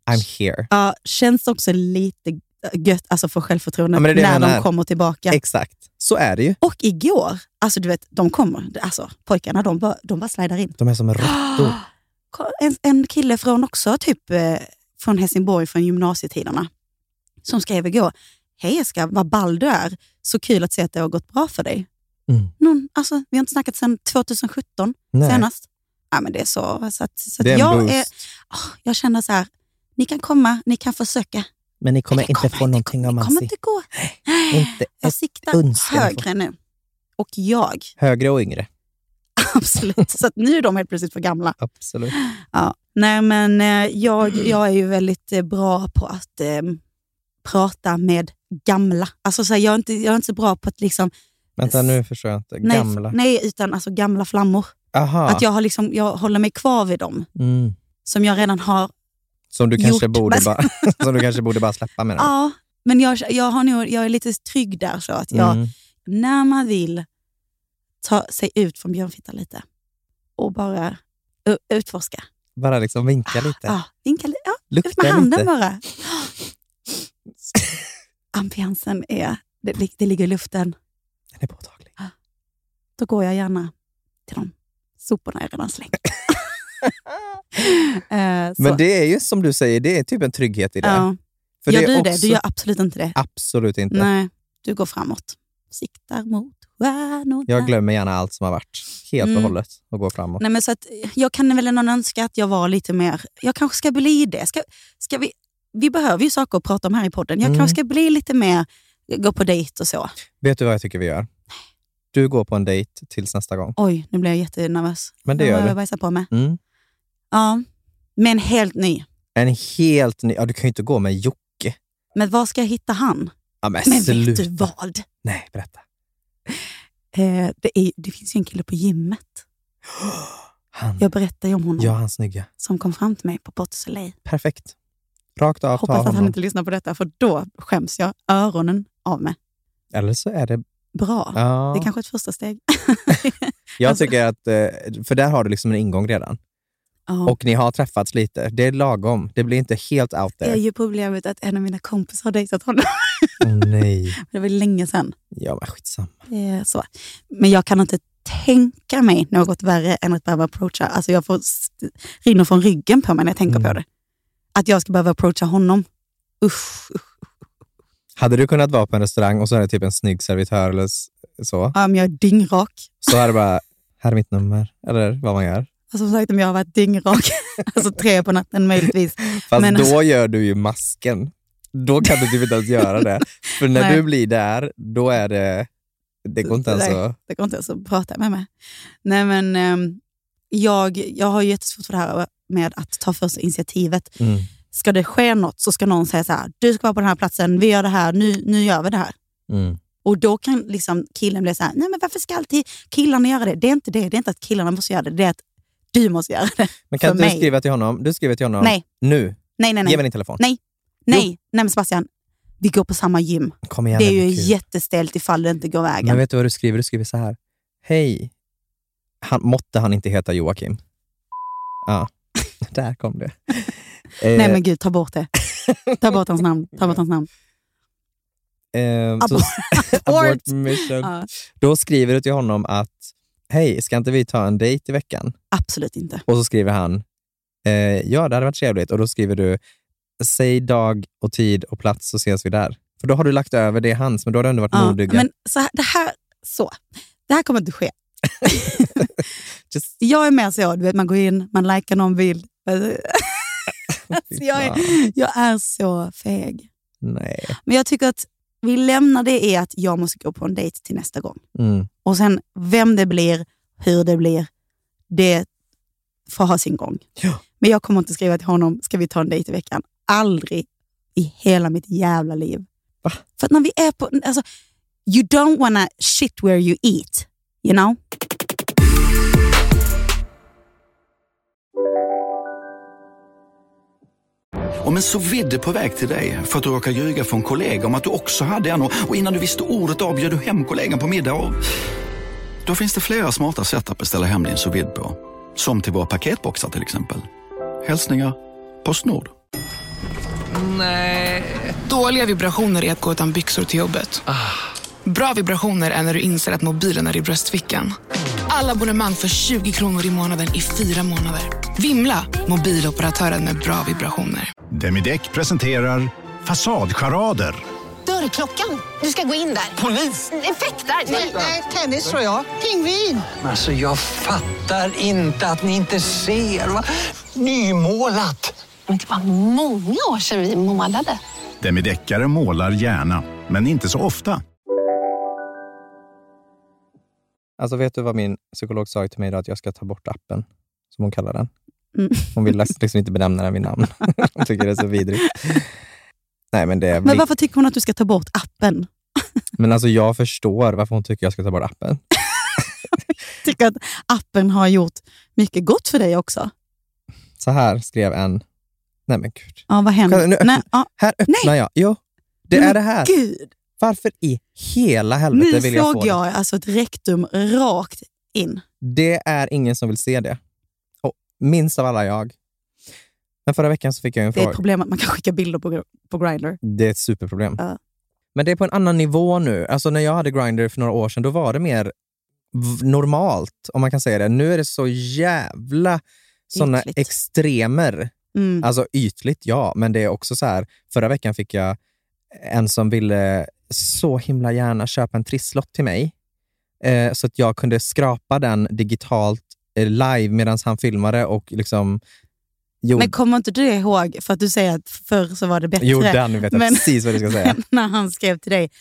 Speaker 5: I'm here?
Speaker 4: Ja, känns också lite gött alltså för självförtroendet
Speaker 5: Ja, men det är det jag
Speaker 4: när de
Speaker 5: menar.
Speaker 4: kommer tillbaka.
Speaker 5: Exakt. Så är det ju.
Speaker 4: Och igår, alltså du vet, de kommer, alltså pojkarna, de bara, de bara slidar in.
Speaker 5: De
Speaker 4: (gasps)
Speaker 5: är som råttor.
Speaker 4: En, en kille från också, typ eh, från Helsingborg, från gymnasietiderna, som skrev igår, hej Jessica, vad ball du är. Så kul att se att det har gått bra för dig.
Speaker 5: Mm.
Speaker 4: Någon, alltså, vi har inte snackat sedan 2017
Speaker 5: Nej.
Speaker 4: senast. Ja, men det är så. så, att, så att
Speaker 5: det är en
Speaker 4: jag,
Speaker 5: boost.
Speaker 4: är, åh, jag känner så här, ni kan komma, ni kan försöka.
Speaker 5: Men ni kommer
Speaker 4: Jag
Speaker 5: inte få någonting
Speaker 4: Det
Speaker 5: av
Speaker 4: kommer
Speaker 5: Mansi.
Speaker 4: inte gå.
Speaker 5: Inte
Speaker 4: Jag
Speaker 5: ett
Speaker 4: siktar
Speaker 5: önskan.
Speaker 4: högre nu. Och jag,
Speaker 5: högre och yngre.
Speaker 4: (laughs) absolut. Så att nu är de helt plötsligt för gamla.
Speaker 5: Absolut.
Speaker 4: Ja. Nej, men eh, jag, jag är ju väldigt eh, bra på att eh, prata med gamla. Alltså, så här, jag, är inte, jag är inte så bra på att liksom...
Speaker 5: Vänta, nu förstår jag inte.
Speaker 4: Nej,
Speaker 5: Gamla.
Speaker 4: nej, utan alltså gamla flammor.
Speaker 5: Aha.
Speaker 4: Att jag, har liksom, jag håller mig kvar vid dem
Speaker 5: Mm.
Speaker 4: som jag redan har.
Speaker 5: Som, du kanske
Speaker 4: Gjort.
Speaker 5: borde bara, (laughs) som du kanske borde bara släppa med.
Speaker 4: Ja, men jag, jag, har nog, jag är lite trygg där. så (laughs) att jag,
Speaker 5: Mm.
Speaker 4: När man vill ta sig ut från björnfittan lite och bara u- utforska.
Speaker 5: Bara liksom
Speaker 4: Ah,
Speaker 5: vinka lite.
Speaker 4: Ja, vinka li- ja, Ut
Speaker 5: Lukta
Speaker 4: med handen
Speaker 5: lite. (laughs)
Speaker 4: bara. Ambiansen är, det, lig- det ligger i luften.
Speaker 5: Den är påtaglig.
Speaker 4: Då går jag gärna till de soporna jag redan slängt.
Speaker 5: (laughs)
Speaker 4: Eh, så.
Speaker 5: Men det är ju som du säger, det är typ en trygghet i det.
Speaker 4: ja.
Speaker 5: För
Speaker 4: gör
Speaker 5: det är
Speaker 4: du det?
Speaker 5: också-
Speaker 4: Du gör absolut inte det.
Speaker 5: Absolut inte.
Speaker 4: Nej, du går framåt. Siktar mot stjärnorna.
Speaker 5: Jag glömmer gärna allt som har varit, helt
Speaker 4: Mm.
Speaker 5: och hållet, och går framåt.
Speaker 4: Nej, men så att, jag kan väl ändå önska att jag var lite mer... Jag kanske ska bli det. Ska, ska vi, vi behöver ju saker att prata om här i podden. Jag
Speaker 5: Mm.
Speaker 4: kanske ska bli lite mer, gå på dejt och så.
Speaker 5: Vet du vad jag tycker vi gör? Du går på en dejt tills nästa gång.
Speaker 4: Oj, nu blir jag jättenervös.
Speaker 5: Men det
Speaker 4: Nu
Speaker 5: gör
Speaker 4: har
Speaker 5: du.
Speaker 4: Jag bajsat på mig.
Speaker 5: Mm.
Speaker 4: Ja, men helt ny.
Speaker 5: En helt ny... Ja, du kan ju inte gå med Jocke.
Speaker 4: Men var ska jag hitta han?
Speaker 5: Ja, men
Speaker 4: Men vet
Speaker 5: sluta.
Speaker 4: du vad?
Speaker 5: Nej, berätta.
Speaker 4: Eh, det, är, det finns ju en kille på gymmet.
Speaker 5: Han.
Speaker 4: Jag berättade ju om honom
Speaker 5: Ja, han snygga.
Speaker 4: som kom fram till mig på Port Soleil.
Speaker 5: Perfekt. Rakt av ta
Speaker 4: Hoppas att
Speaker 5: honom.
Speaker 4: han inte lyssnar på detta, för då skäms jag öronen av mig.
Speaker 5: Eller så är det...
Speaker 4: Bra.
Speaker 5: Ja.
Speaker 4: Det är kanske är ett första
Speaker 5: (laughs)
Speaker 4: steg. (laughs)
Speaker 5: Jag
Speaker 4: alltså-
Speaker 5: tycker att... eh, För där har du liksom en ingång redan.
Speaker 4: Ja.
Speaker 5: Och ni har träffats lite. Det är lagom. Det blir inte helt out
Speaker 4: Det är
Speaker 5: there.
Speaker 4: ju problemet att en av mina kompisar har dejtat honom. (laughs)
Speaker 5: Åh nej.
Speaker 4: Det var länge sedan.
Speaker 5: Ja, men skitsamma.
Speaker 4: Det är Eh, så. Men jag kan inte tänka mig något värre än att behöva approacha. Alltså jag får s- rinner från ryggen på mig när jag tänker
Speaker 5: Mm.
Speaker 4: på det. Att jag ska behöva approacha honom. Usch. usch.
Speaker 5: Hade du kunnat vara på en restaurang och så är det typ en snygg servitör eller s- så,
Speaker 4: Ja, men jag är dyngrak.
Speaker 5: så är det bara, här är mitt nummer. Eller vad man gör.
Speaker 4: Och Alltså, som sagt, om jag har varit dyngrak, (laughs) alltså tre på natten möjligtvis.
Speaker 5: Fast
Speaker 4: Men
Speaker 5: då
Speaker 4: alltså-
Speaker 5: gör du ju masken. Då kan du typ inte ens göra det. För när
Speaker 4: Nej.
Speaker 5: du blir där, då är det... Det går inte ens
Speaker 4: Nej.
Speaker 5: att...
Speaker 4: Det går inte ens att prata med mig. Nej, men, ehm, jag, jag har ju jättesvårt för det här med att ta första initiativet.
Speaker 5: Mm.
Speaker 4: Ska det ske något så ska någon säga så här, du ska vara på den här platsen, vi gör det här, nu, nu gör vi det här.
Speaker 5: Mm.
Speaker 4: Och då kan liksom killen bli så här, nej men varför ska alltid killarna göra det? Det är inte det, det är inte att killarna måste göra det, det är att du måste göra det.
Speaker 5: Men kan
Speaker 4: För
Speaker 5: inte du
Speaker 4: mig.
Speaker 5: skriva till honom? Du skriver till honom
Speaker 4: Nej,
Speaker 5: nu.
Speaker 4: nej, nej.
Speaker 5: Ge
Speaker 4: Nej,
Speaker 5: mig
Speaker 4: nej,
Speaker 5: din telefon.
Speaker 4: Nej. nej men Sebastian, vi går på samma gym.
Speaker 5: Kom igen,
Speaker 4: Det är
Speaker 5: den
Speaker 4: ju
Speaker 5: kul.
Speaker 4: jättestelt ifall det inte går
Speaker 5: Men eh,
Speaker 4: vägen.
Speaker 5: vet du vad du skriver? Du skriver så här. Hej. Han, måtte han inte heta Joakim. Ja, (laughs) där kom det. Eh,
Speaker 4: Nej men gud, ta bort det. Ta bort hans namn. Ta bort hans namn.
Speaker 5: ehm, så-
Speaker 4: Abort.
Speaker 5: (laughs) abort mission.
Speaker 4: Ja.
Speaker 5: Då skriver du till honom att hej, ska inte vi ta en dejt i veckan?
Speaker 4: Absolut inte.
Speaker 5: Och så skriver han eh, ja, det hade varit trevligt. Och då skriver du säg dag och tid och plats så ses vi där. För då har du lagt över det hans, men då har du ändå varit
Speaker 4: Ja,
Speaker 5: modig.
Speaker 4: men så här, det här, så. Det här kommer inte ske. (laughs)
Speaker 5: Just-
Speaker 4: jag är mer så, du vet, man går in, man likar någon bild. (laughs) Alltså, jag, är, jag är så feg.
Speaker 5: (laughs) Nej.
Speaker 4: Men jag tycker att vi lämnar det i att jag måste gå på en dejt till nästa gång.
Speaker 5: Mm.
Speaker 4: Och sen vem det blir, hur det blir, det får ha sin gång.
Speaker 5: Ja.
Speaker 4: Men jag kommer inte skriva till honom, ska vi ta en dejt i veckan? Aldrig i hela mitt jävla liv.
Speaker 5: Va?
Speaker 4: För att när vi är på... Alltså, you don't wanna shit where you eat. You know?
Speaker 7: Om en så vidde på väg till dig för att du råkar ljuga från kollega om att du också hade en och och innan du visste ordet av bjöd du hem kollegan på middag och... Då finns det flera smarta sätt att beställa hem din sous vide på. Som till våra paketboxar till exempel. Hälsningar Postnord.
Speaker 8: Dåliga vibrationer är att gå utan byxor till jobbet. Bra vibrationer är när du inser att mobilen är i bröstfickan. Alla abonnemang för 20 kronor i månaden i fyra månader. Vimla! Mobiloperatören med bra vibrationer.
Speaker 9: Demideck presenterar Fasadcharader.
Speaker 8: Dörrklockan. Du ska gå in där. Polis? Effektar? Nej, tennis tror jag. Pingvin.
Speaker 10: Alltså jag fattar inte att ni inte ser. Va? Nymålat!
Speaker 8: Men det var många år sedan vi målade.
Speaker 9: Demideckare målar gärna, men inte så ofta.
Speaker 5: Alltså vet du vad min psykolog sa till mig idag? Att jag ska ta bort appen, som hon kallar den.
Speaker 4: Mm.
Speaker 5: Hon vill liksom inte benämna den
Speaker 4: (laughs)
Speaker 5: vid namn. Hon tycker det är så vidrigt. Nej, men det är
Speaker 4: Men
Speaker 5: vi-
Speaker 4: varför tycker hon att du ska ta bort appen?
Speaker 5: men alltså jag förstår varför hon tycker jag ska ta bort appen.
Speaker 4: Tycker att appen har gjort mycket gott för dig också?
Speaker 5: Så här skrev en... Nej men gud.
Speaker 4: Ja, vad händer?
Speaker 5: Kolla, nu-
Speaker 4: Nej, ja,
Speaker 5: Här öppnar
Speaker 4: Nej.
Speaker 5: jag. Jo, det
Speaker 4: Men
Speaker 5: är det här.
Speaker 4: gud,
Speaker 5: Varför i hela helvete
Speaker 4: nu
Speaker 5: vill jag få
Speaker 4: såg
Speaker 5: det?
Speaker 4: jag alltså ett rektum rakt in.
Speaker 5: Det är ingen som vill se det. Och minst av alla jag. Men förra veckan så fick jag en
Speaker 4: Det är
Speaker 5: fråga.
Speaker 4: ett problem att man kan skicka bilder på, på Grindr.
Speaker 5: Det är ett superproblem.
Speaker 4: Ja.
Speaker 5: Men det är på en annan nivå nu. Alltså när jag hade Grindr för några år sedan, då var det mer v- normalt, om man kan säga det. Nu är det så jävla såna
Speaker 4: Ytligt.
Speaker 5: extremer.
Speaker 4: Mm.
Speaker 5: Alltså ytligt, ja, men det är också så här. Förra veckan fick jag en som ville så himla gärna köpa en trisslott till mig eh, så att jag kunde skrapa den digitalt eh, live medan han filmade och liksom gjorde,
Speaker 4: Men kommer inte du ihåg, för att du säger att förr så var det bättre.
Speaker 5: gjorde den. Nu vet jag
Speaker 4: men-
Speaker 5: precis vad du
Speaker 4: (laughs)
Speaker 5: ska säga.
Speaker 4: när han skrev till dig,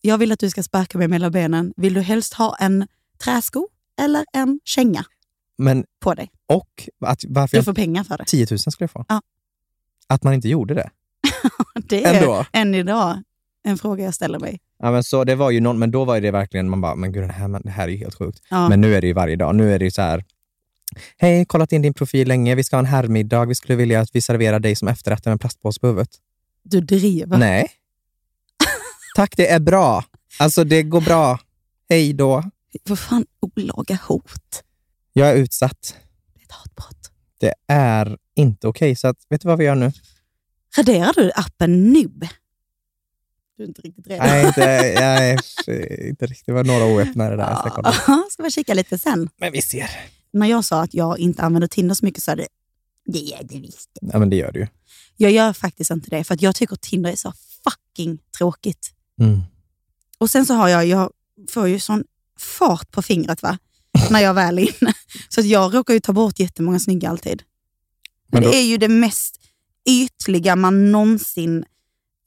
Speaker 4: jag vill att du ska sparka mig mellan benen. Vill du helst ha en träsko eller en känga
Speaker 5: Men,
Speaker 4: på dig?
Speaker 5: och att, varför
Speaker 4: Du
Speaker 5: jag
Speaker 4: får pengar för det. (laughs)
Speaker 5: 10 000 skulle jag få.
Speaker 4: Ja.
Speaker 5: Att man inte gjorde det.
Speaker 4: Det är
Speaker 5: Ändå.
Speaker 4: än idag en fråga jag ställer mig.
Speaker 5: Ja, men, så det var ju någon, men då var det verkligen, man bara, men gud, det här, men, det här är ju helt sjukt.
Speaker 4: Ja.
Speaker 5: Men nu är det ju varje dag. Nu är det ju så här, hej, kollat in din profil länge, vi ska ha en herrmiddag, vi skulle vilja att vi serverar dig som efterrätt med en plastpåse på huvudet.
Speaker 4: Du driver. (laughs)
Speaker 5: Nej. Tack, det är bra. Alltså det går bra. Hej då.
Speaker 4: För fan, olaga hot.
Speaker 5: Jag är utsatt.
Speaker 4: Det är ett hatbrott.
Speaker 5: Det är inte okej, så att, vet du vad vi gör nu?
Speaker 4: Raderar du appen nu? Du är inte riktigt redo.
Speaker 5: Nej, inte, nej, (laughs) inte riktigt. Det var några oöppnare där. så jag kollar.
Speaker 4: (laughs) Ja, ska vi kika lite sen.
Speaker 5: Men vi ser.
Speaker 4: När jag sa att jag inte använder Tinder så mycket så är det, det gör du visst.
Speaker 5: Ja, men det gör du ju.
Speaker 4: Jag gör faktiskt inte det, för att jag tycker att Tinder är så fucking tråkigt.
Speaker 5: Mm.
Speaker 4: Och sen så har jag, jag får ju sån fart på fingret
Speaker 5: (laughs)
Speaker 4: va? när jag väl är inne. Så att jag råkar ju ta bort jättemånga snygga alltid. Men,
Speaker 5: Men då-
Speaker 4: det är ju det mest ytliga man någonsin...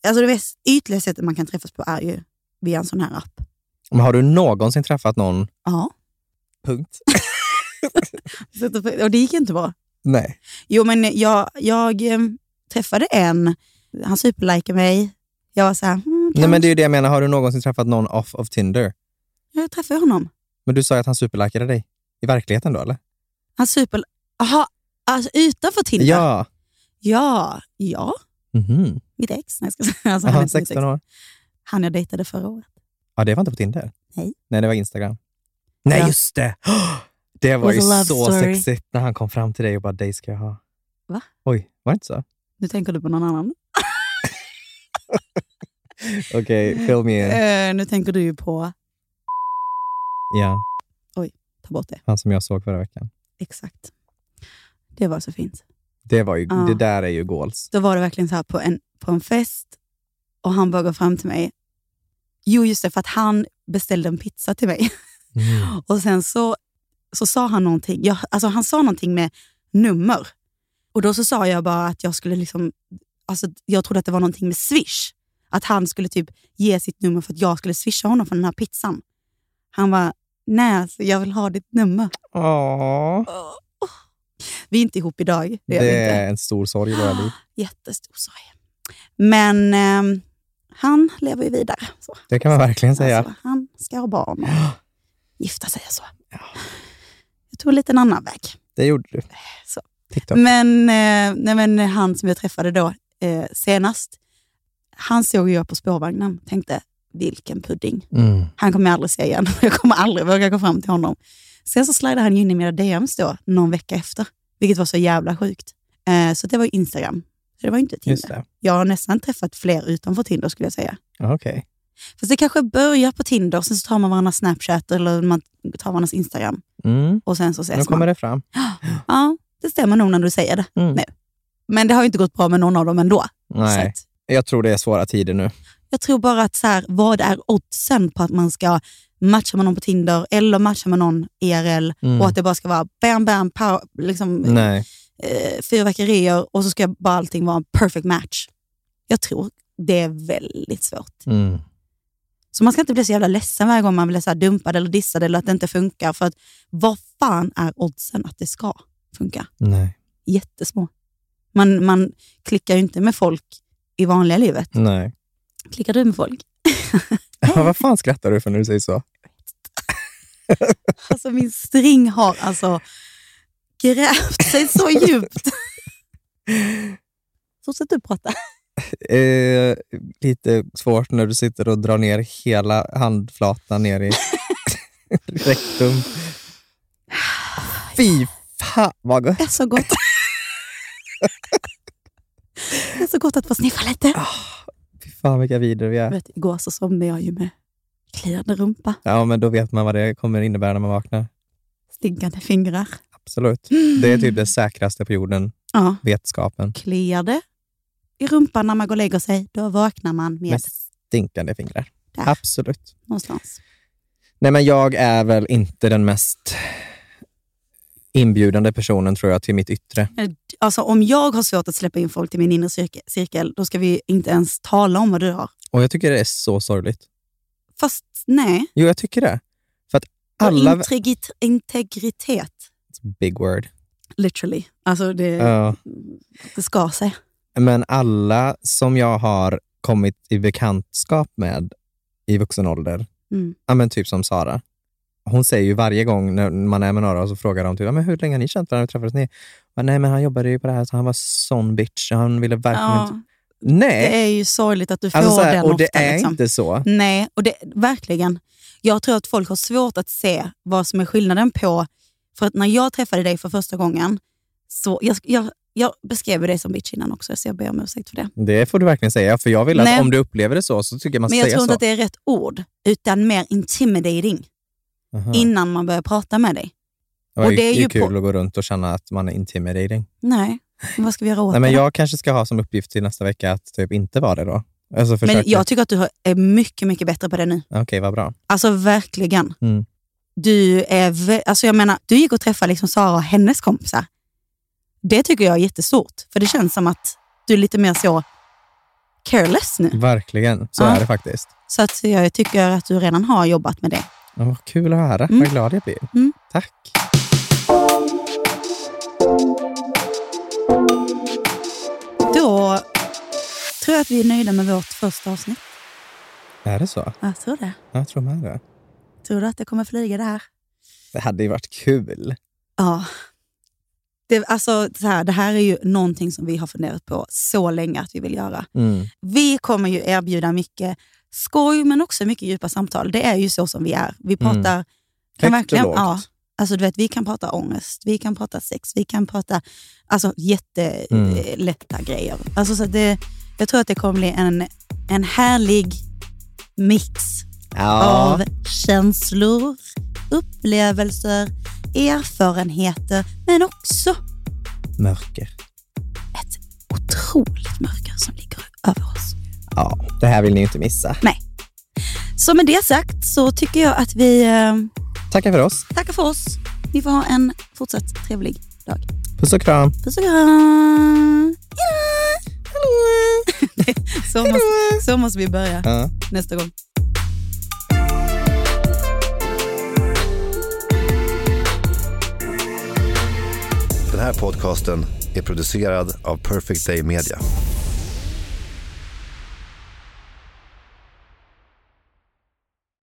Speaker 4: Alltså det mest ytliga sättet man kan träffas på är ju via en sån här app.
Speaker 5: Men har du någonsin träffat någon
Speaker 4: Ja.
Speaker 5: Punkt.
Speaker 4: Så att- Och det gick inte bra.
Speaker 5: Nej.
Speaker 4: Jo, men jag, jag eh, träffade en, han superlikade mig. Jag var så här, mm,
Speaker 5: Nej, men det är ju det jag menar. Har du någonsin träffat någon off of Tinder?
Speaker 4: jag träffade honom.
Speaker 5: Men du sa ju att han superlikade dig. I verkligheten då, eller?
Speaker 4: Han super... Aha, alltså utanför Tinder?
Speaker 5: Ja.
Speaker 4: Ja, ja.
Speaker 5: Mhm.
Speaker 4: Mitt ex. Nej, jag ska säga. Alltså,
Speaker 5: Aha,
Speaker 4: han är inte mitt
Speaker 5: 16 år.
Speaker 4: Han jag dejtade förra året.
Speaker 5: Ja, det var inte på Tinder.
Speaker 4: Nej.
Speaker 5: Nej, det var Instagram. Nej,
Speaker 4: Ja.
Speaker 5: just det! (gasps) Det var
Speaker 4: It
Speaker 5: ju
Speaker 4: was a love
Speaker 5: så
Speaker 4: story.
Speaker 5: sexigt när han kom fram till dig och bara, dig ska jag ha.
Speaker 4: Va?
Speaker 5: Oj, var det inte så?
Speaker 4: Nu tänker du på någon annan. (laughs)
Speaker 5: Okej, fill me in.
Speaker 4: Eh, nu tänker du ju på...
Speaker 5: Ja,
Speaker 4: Ta bort det.
Speaker 5: han som jag såg förra veckan.
Speaker 4: Exakt. Det var så fint.
Speaker 5: Det, var ju,
Speaker 4: Ja.
Speaker 5: det där är ju goals.
Speaker 4: Då var det verkligen så här på en, på en fest och han bara går fram till mig. Jo, just det, för att han beställde en pizza till mig.
Speaker 5: Mm.
Speaker 4: Och sen så, så sa han någonting. Jag, alltså han sa någonting med nummer. Och då så sa jag bara att jag skulle liksom... Alltså jag trodde att det var någonting med swish. Att han skulle typ ge sitt nummer för att jag skulle swisha honom för den här pizzan. Han var nej, alltså, jag vill ha ditt nummer.
Speaker 5: Åh.
Speaker 4: Vi är inte ihop idag. Det är vi
Speaker 5: Det
Speaker 4: inte.
Speaker 5: är en stor sorg i våra
Speaker 4: (gasps)
Speaker 5: liv.
Speaker 4: Jättestor sorg. Men ehm, han lever ju vidare. Så.
Speaker 5: Det kan man verkligen säga.
Speaker 4: Alltså, han ska ha barn och gifta sig och så. Jag tog lite en annan väg.
Speaker 5: Det gjorde du.
Speaker 4: Så.
Speaker 5: TikTok.
Speaker 4: Men, eh, nej, men han som jag träffade då eh, senast, han såg ju jag på spårvagnen tänkte, vilken pudding.
Speaker 5: Mm.
Speaker 4: Han kommer jag aldrig se igen. (laughs) Jag kommer aldrig våga gå fram till honom. Sen så slidade han ju in i mina DMs då, någon vecka efter, vilket var så jävla sjukt. Eh, så det var ju Instagram. Så det var ju inte
Speaker 5: Just
Speaker 4: Tinder.
Speaker 5: det.
Speaker 4: Jag har nästan träffat fler utanför Tinder skulle jag säga.
Speaker 5: Ja, Okej.
Speaker 4: Fast det kanske börjar på Tinder, sen så tar man varandras Snapchat eller man tar varandras Instagram
Speaker 5: Mm.
Speaker 4: och sen så
Speaker 5: Nu
Speaker 4: ses man.
Speaker 5: kommer det fram.
Speaker 4: Ja, det stämmer nog när du säger det nu. Men det har ju inte gått bra med någon av dem ändå.
Speaker 5: Nej. Jag tror det är svåra tider nu.
Speaker 4: Jag tror bara att så här, vad är oddsen på att man ska matcha med någon på Tinder eller matcha med någon IRL
Speaker 5: Mm.
Speaker 4: och att det bara ska vara bam, bam, pow, liksom,
Speaker 5: Nej.
Speaker 4: eh, fyrverkerier och så ska bara allting vara en perfect match. Jag tror det är väldigt svårt.
Speaker 5: Mm.
Speaker 4: Så man ska inte bli så jävla ledsen varje gång man blir så här dumpad eller dissad eller att det inte funkar. För att vad fan är oddsen att det ska funka?
Speaker 5: Nej.
Speaker 4: Jättesmå. Man, man klickar ju inte med folk i vanliga livet.
Speaker 5: Nej.
Speaker 4: Klickar du med folk?
Speaker 5: (laughs) Vad fan skrattar du för när du säger så?
Speaker 4: (laughs) Alltså min string har alltså grävt sig så djupt. Fortsätt du prata.
Speaker 5: Eh, lite svårt när du sitter och drar ner hela handflatan ner i rektum. Fy fan vad gott.
Speaker 4: Det är så gott. Det är så gott att få sniffa lite.
Speaker 5: Fy fan vilka vider vi
Speaker 4: Jag
Speaker 5: är.
Speaker 4: Vet, igår så somnade jag ju med kliande rumpa,
Speaker 5: Ja, men då vet man vad det kommer innebära när man vaknar.
Speaker 4: stinkande fingrar.
Speaker 5: Absolut. Det är typ det säkraste på jorden,
Speaker 4: Ja.
Speaker 5: vetskapen.
Speaker 4: kliar det i rumpan när man går och lägger sig. Då vaknar man med
Speaker 5: Med stinkande fingrar.
Speaker 4: Där.
Speaker 5: Absolut.
Speaker 4: någonstans.
Speaker 5: Nej, men jag är väl inte den mest inbjudande personen tror jag till mitt yttre.
Speaker 4: Alltså, om jag har svårt att släppa in folk till min inre cirke- cirkel, då ska vi inte ens tala om vad du har.
Speaker 5: Och jag tycker det är så sorgligt.
Speaker 4: Fast nej,
Speaker 5: Jo, jag tycker det. För att
Speaker 4: Alla...
Speaker 5: alla...
Speaker 4: Integrit- integritet.
Speaker 5: Big word.
Speaker 4: Literally. Alltså det,
Speaker 5: Ja.
Speaker 4: det ska sig.
Speaker 5: Men alla som jag har kommit i bekantskap med i vuxen ålder,
Speaker 4: Mm.
Speaker 5: ja, men typ som Sara, hon säger ju varje gång när man är med några så frågar de typ, ja, men hur länge har ni känt varandra? Hur träffades ni? Men, Nej, men han jobbade ju på det här, så han var sån bitch. Han ville verkligen inte...
Speaker 4: Ja,
Speaker 5: Nej!
Speaker 4: det är ju sorgligt att du får
Speaker 5: Alltså, så här,
Speaker 4: den
Speaker 5: och det
Speaker 4: ofta.
Speaker 5: är
Speaker 4: liksom.
Speaker 5: inte så.
Speaker 4: Nej, och det, verkligen. Jag tror att folk har svårt att se vad som är skillnaden på... För att när jag träffade dig för första gången, så jag, jag, jag beskrev ju dig som bitch innan också, så jag ber om ursäkt för det.
Speaker 5: Det får du verkligen säga, för jag vill att
Speaker 4: Nej.
Speaker 5: om du upplever det så, så tycker jag
Speaker 4: Men
Speaker 5: man ska
Speaker 4: jag
Speaker 5: säga
Speaker 4: tror inte
Speaker 5: så.
Speaker 4: att det är rätt ord, utan mer intimidating
Speaker 5: Aha.
Speaker 4: innan man börjar prata med dig.
Speaker 5: det var
Speaker 4: och
Speaker 5: ju,
Speaker 4: det är
Speaker 5: det är
Speaker 4: ju
Speaker 5: kul
Speaker 4: på-
Speaker 5: att gå runt och känna att man är intimidating.
Speaker 4: Nej, men vad ska vi göra åt
Speaker 5: Nej, men
Speaker 4: det?
Speaker 5: jag kanske ska ha som uppgift till nästa vecka att typ inte vara det då. Alltså
Speaker 4: men
Speaker 5: försöka.
Speaker 4: jag tycker att du har- är mycket, mycket bättre på det nu.
Speaker 5: Okej, vad bra.
Speaker 4: Alltså verkligen.
Speaker 5: Mm.
Speaker 4: Du är vä- alltså jag menar, du gick och träffade liksom Sara och hennes kompisar. Det tycker jag är jättestort, för det känns som att du är lite mer så careless
Speaker 5: Mm.
Speaker 4: nu.
Speaker 5: Verkligen, så
Speaker 4: Ja.
Speaker 5: är det faktiskt.
Speaker 4: Så att jag tycker att du redan har jobbat med det.
Speaker 5: Ja, vad kul
Speaker 4: Mm.
Speaker 5: att höra. Vad glad jag blir.
Speaker 4: Mm.
Speaker 5: Tack.
Speaker 4: tror jag att vi är nöjda med vårt första avsnitt.
Speaker 5: Är det så?
Speaker 4: Jag tror det.
Speaker 5: Jag tror med det.
Speaker 4: Tror du att det kommer flyga det här?
Speaker 5: Det hade ju varit kul.
Speaker 4: Ja. Det, alltså, så här, det här är ju någonting som vi har funderat på så länge att vi vill göra.
Speaker 5: Mm.
Speaker 4: Vi kommer ju erbjuda mycket skoj, men också mycket djupa samtal. Det är ju så som vi är. Vi pratar...
Speaker 5: Mm.
Speaker 4: Kan
Speaker 5: Högt och
Speaker 4: verkligen,
Speaker 5: lågt.
Speaker 4: ja, alltså, du vet, vi kan prata ångest, vi kan prata sex, vi kan prata alltså,
Speaker 5: Mm.
Speaker 4: jättelätta grejer. Alltså, så att det, jag tror att det kommer bli en, en härlig mix
Speaker 5: Ja.
Speaker 4: av känslor, upplevelser, erfarenheter, men också
Speaker 5: Mörker.
Speaker 4: otroligt mörker som ligger över oss.
Speaker 5: Ja, det här vill ni ju inte missa.
Speaker 4: Nej. Så med det sagt så tycker jag att vi eh,
Speaker 5: Tackar för oss.
Speaker 4: tackar för oss. Ni får ha en fortsatt trevlig dag.
Speaker 5: Puss och kram.
Speaker 4: Puss och kram! (laughs) Så måste, så måste vi börja
Speaker 5: Ja.
Speaker 4: nästa gång.
Speaker 11: Den här podcasten är producerad av Perfect Day Media.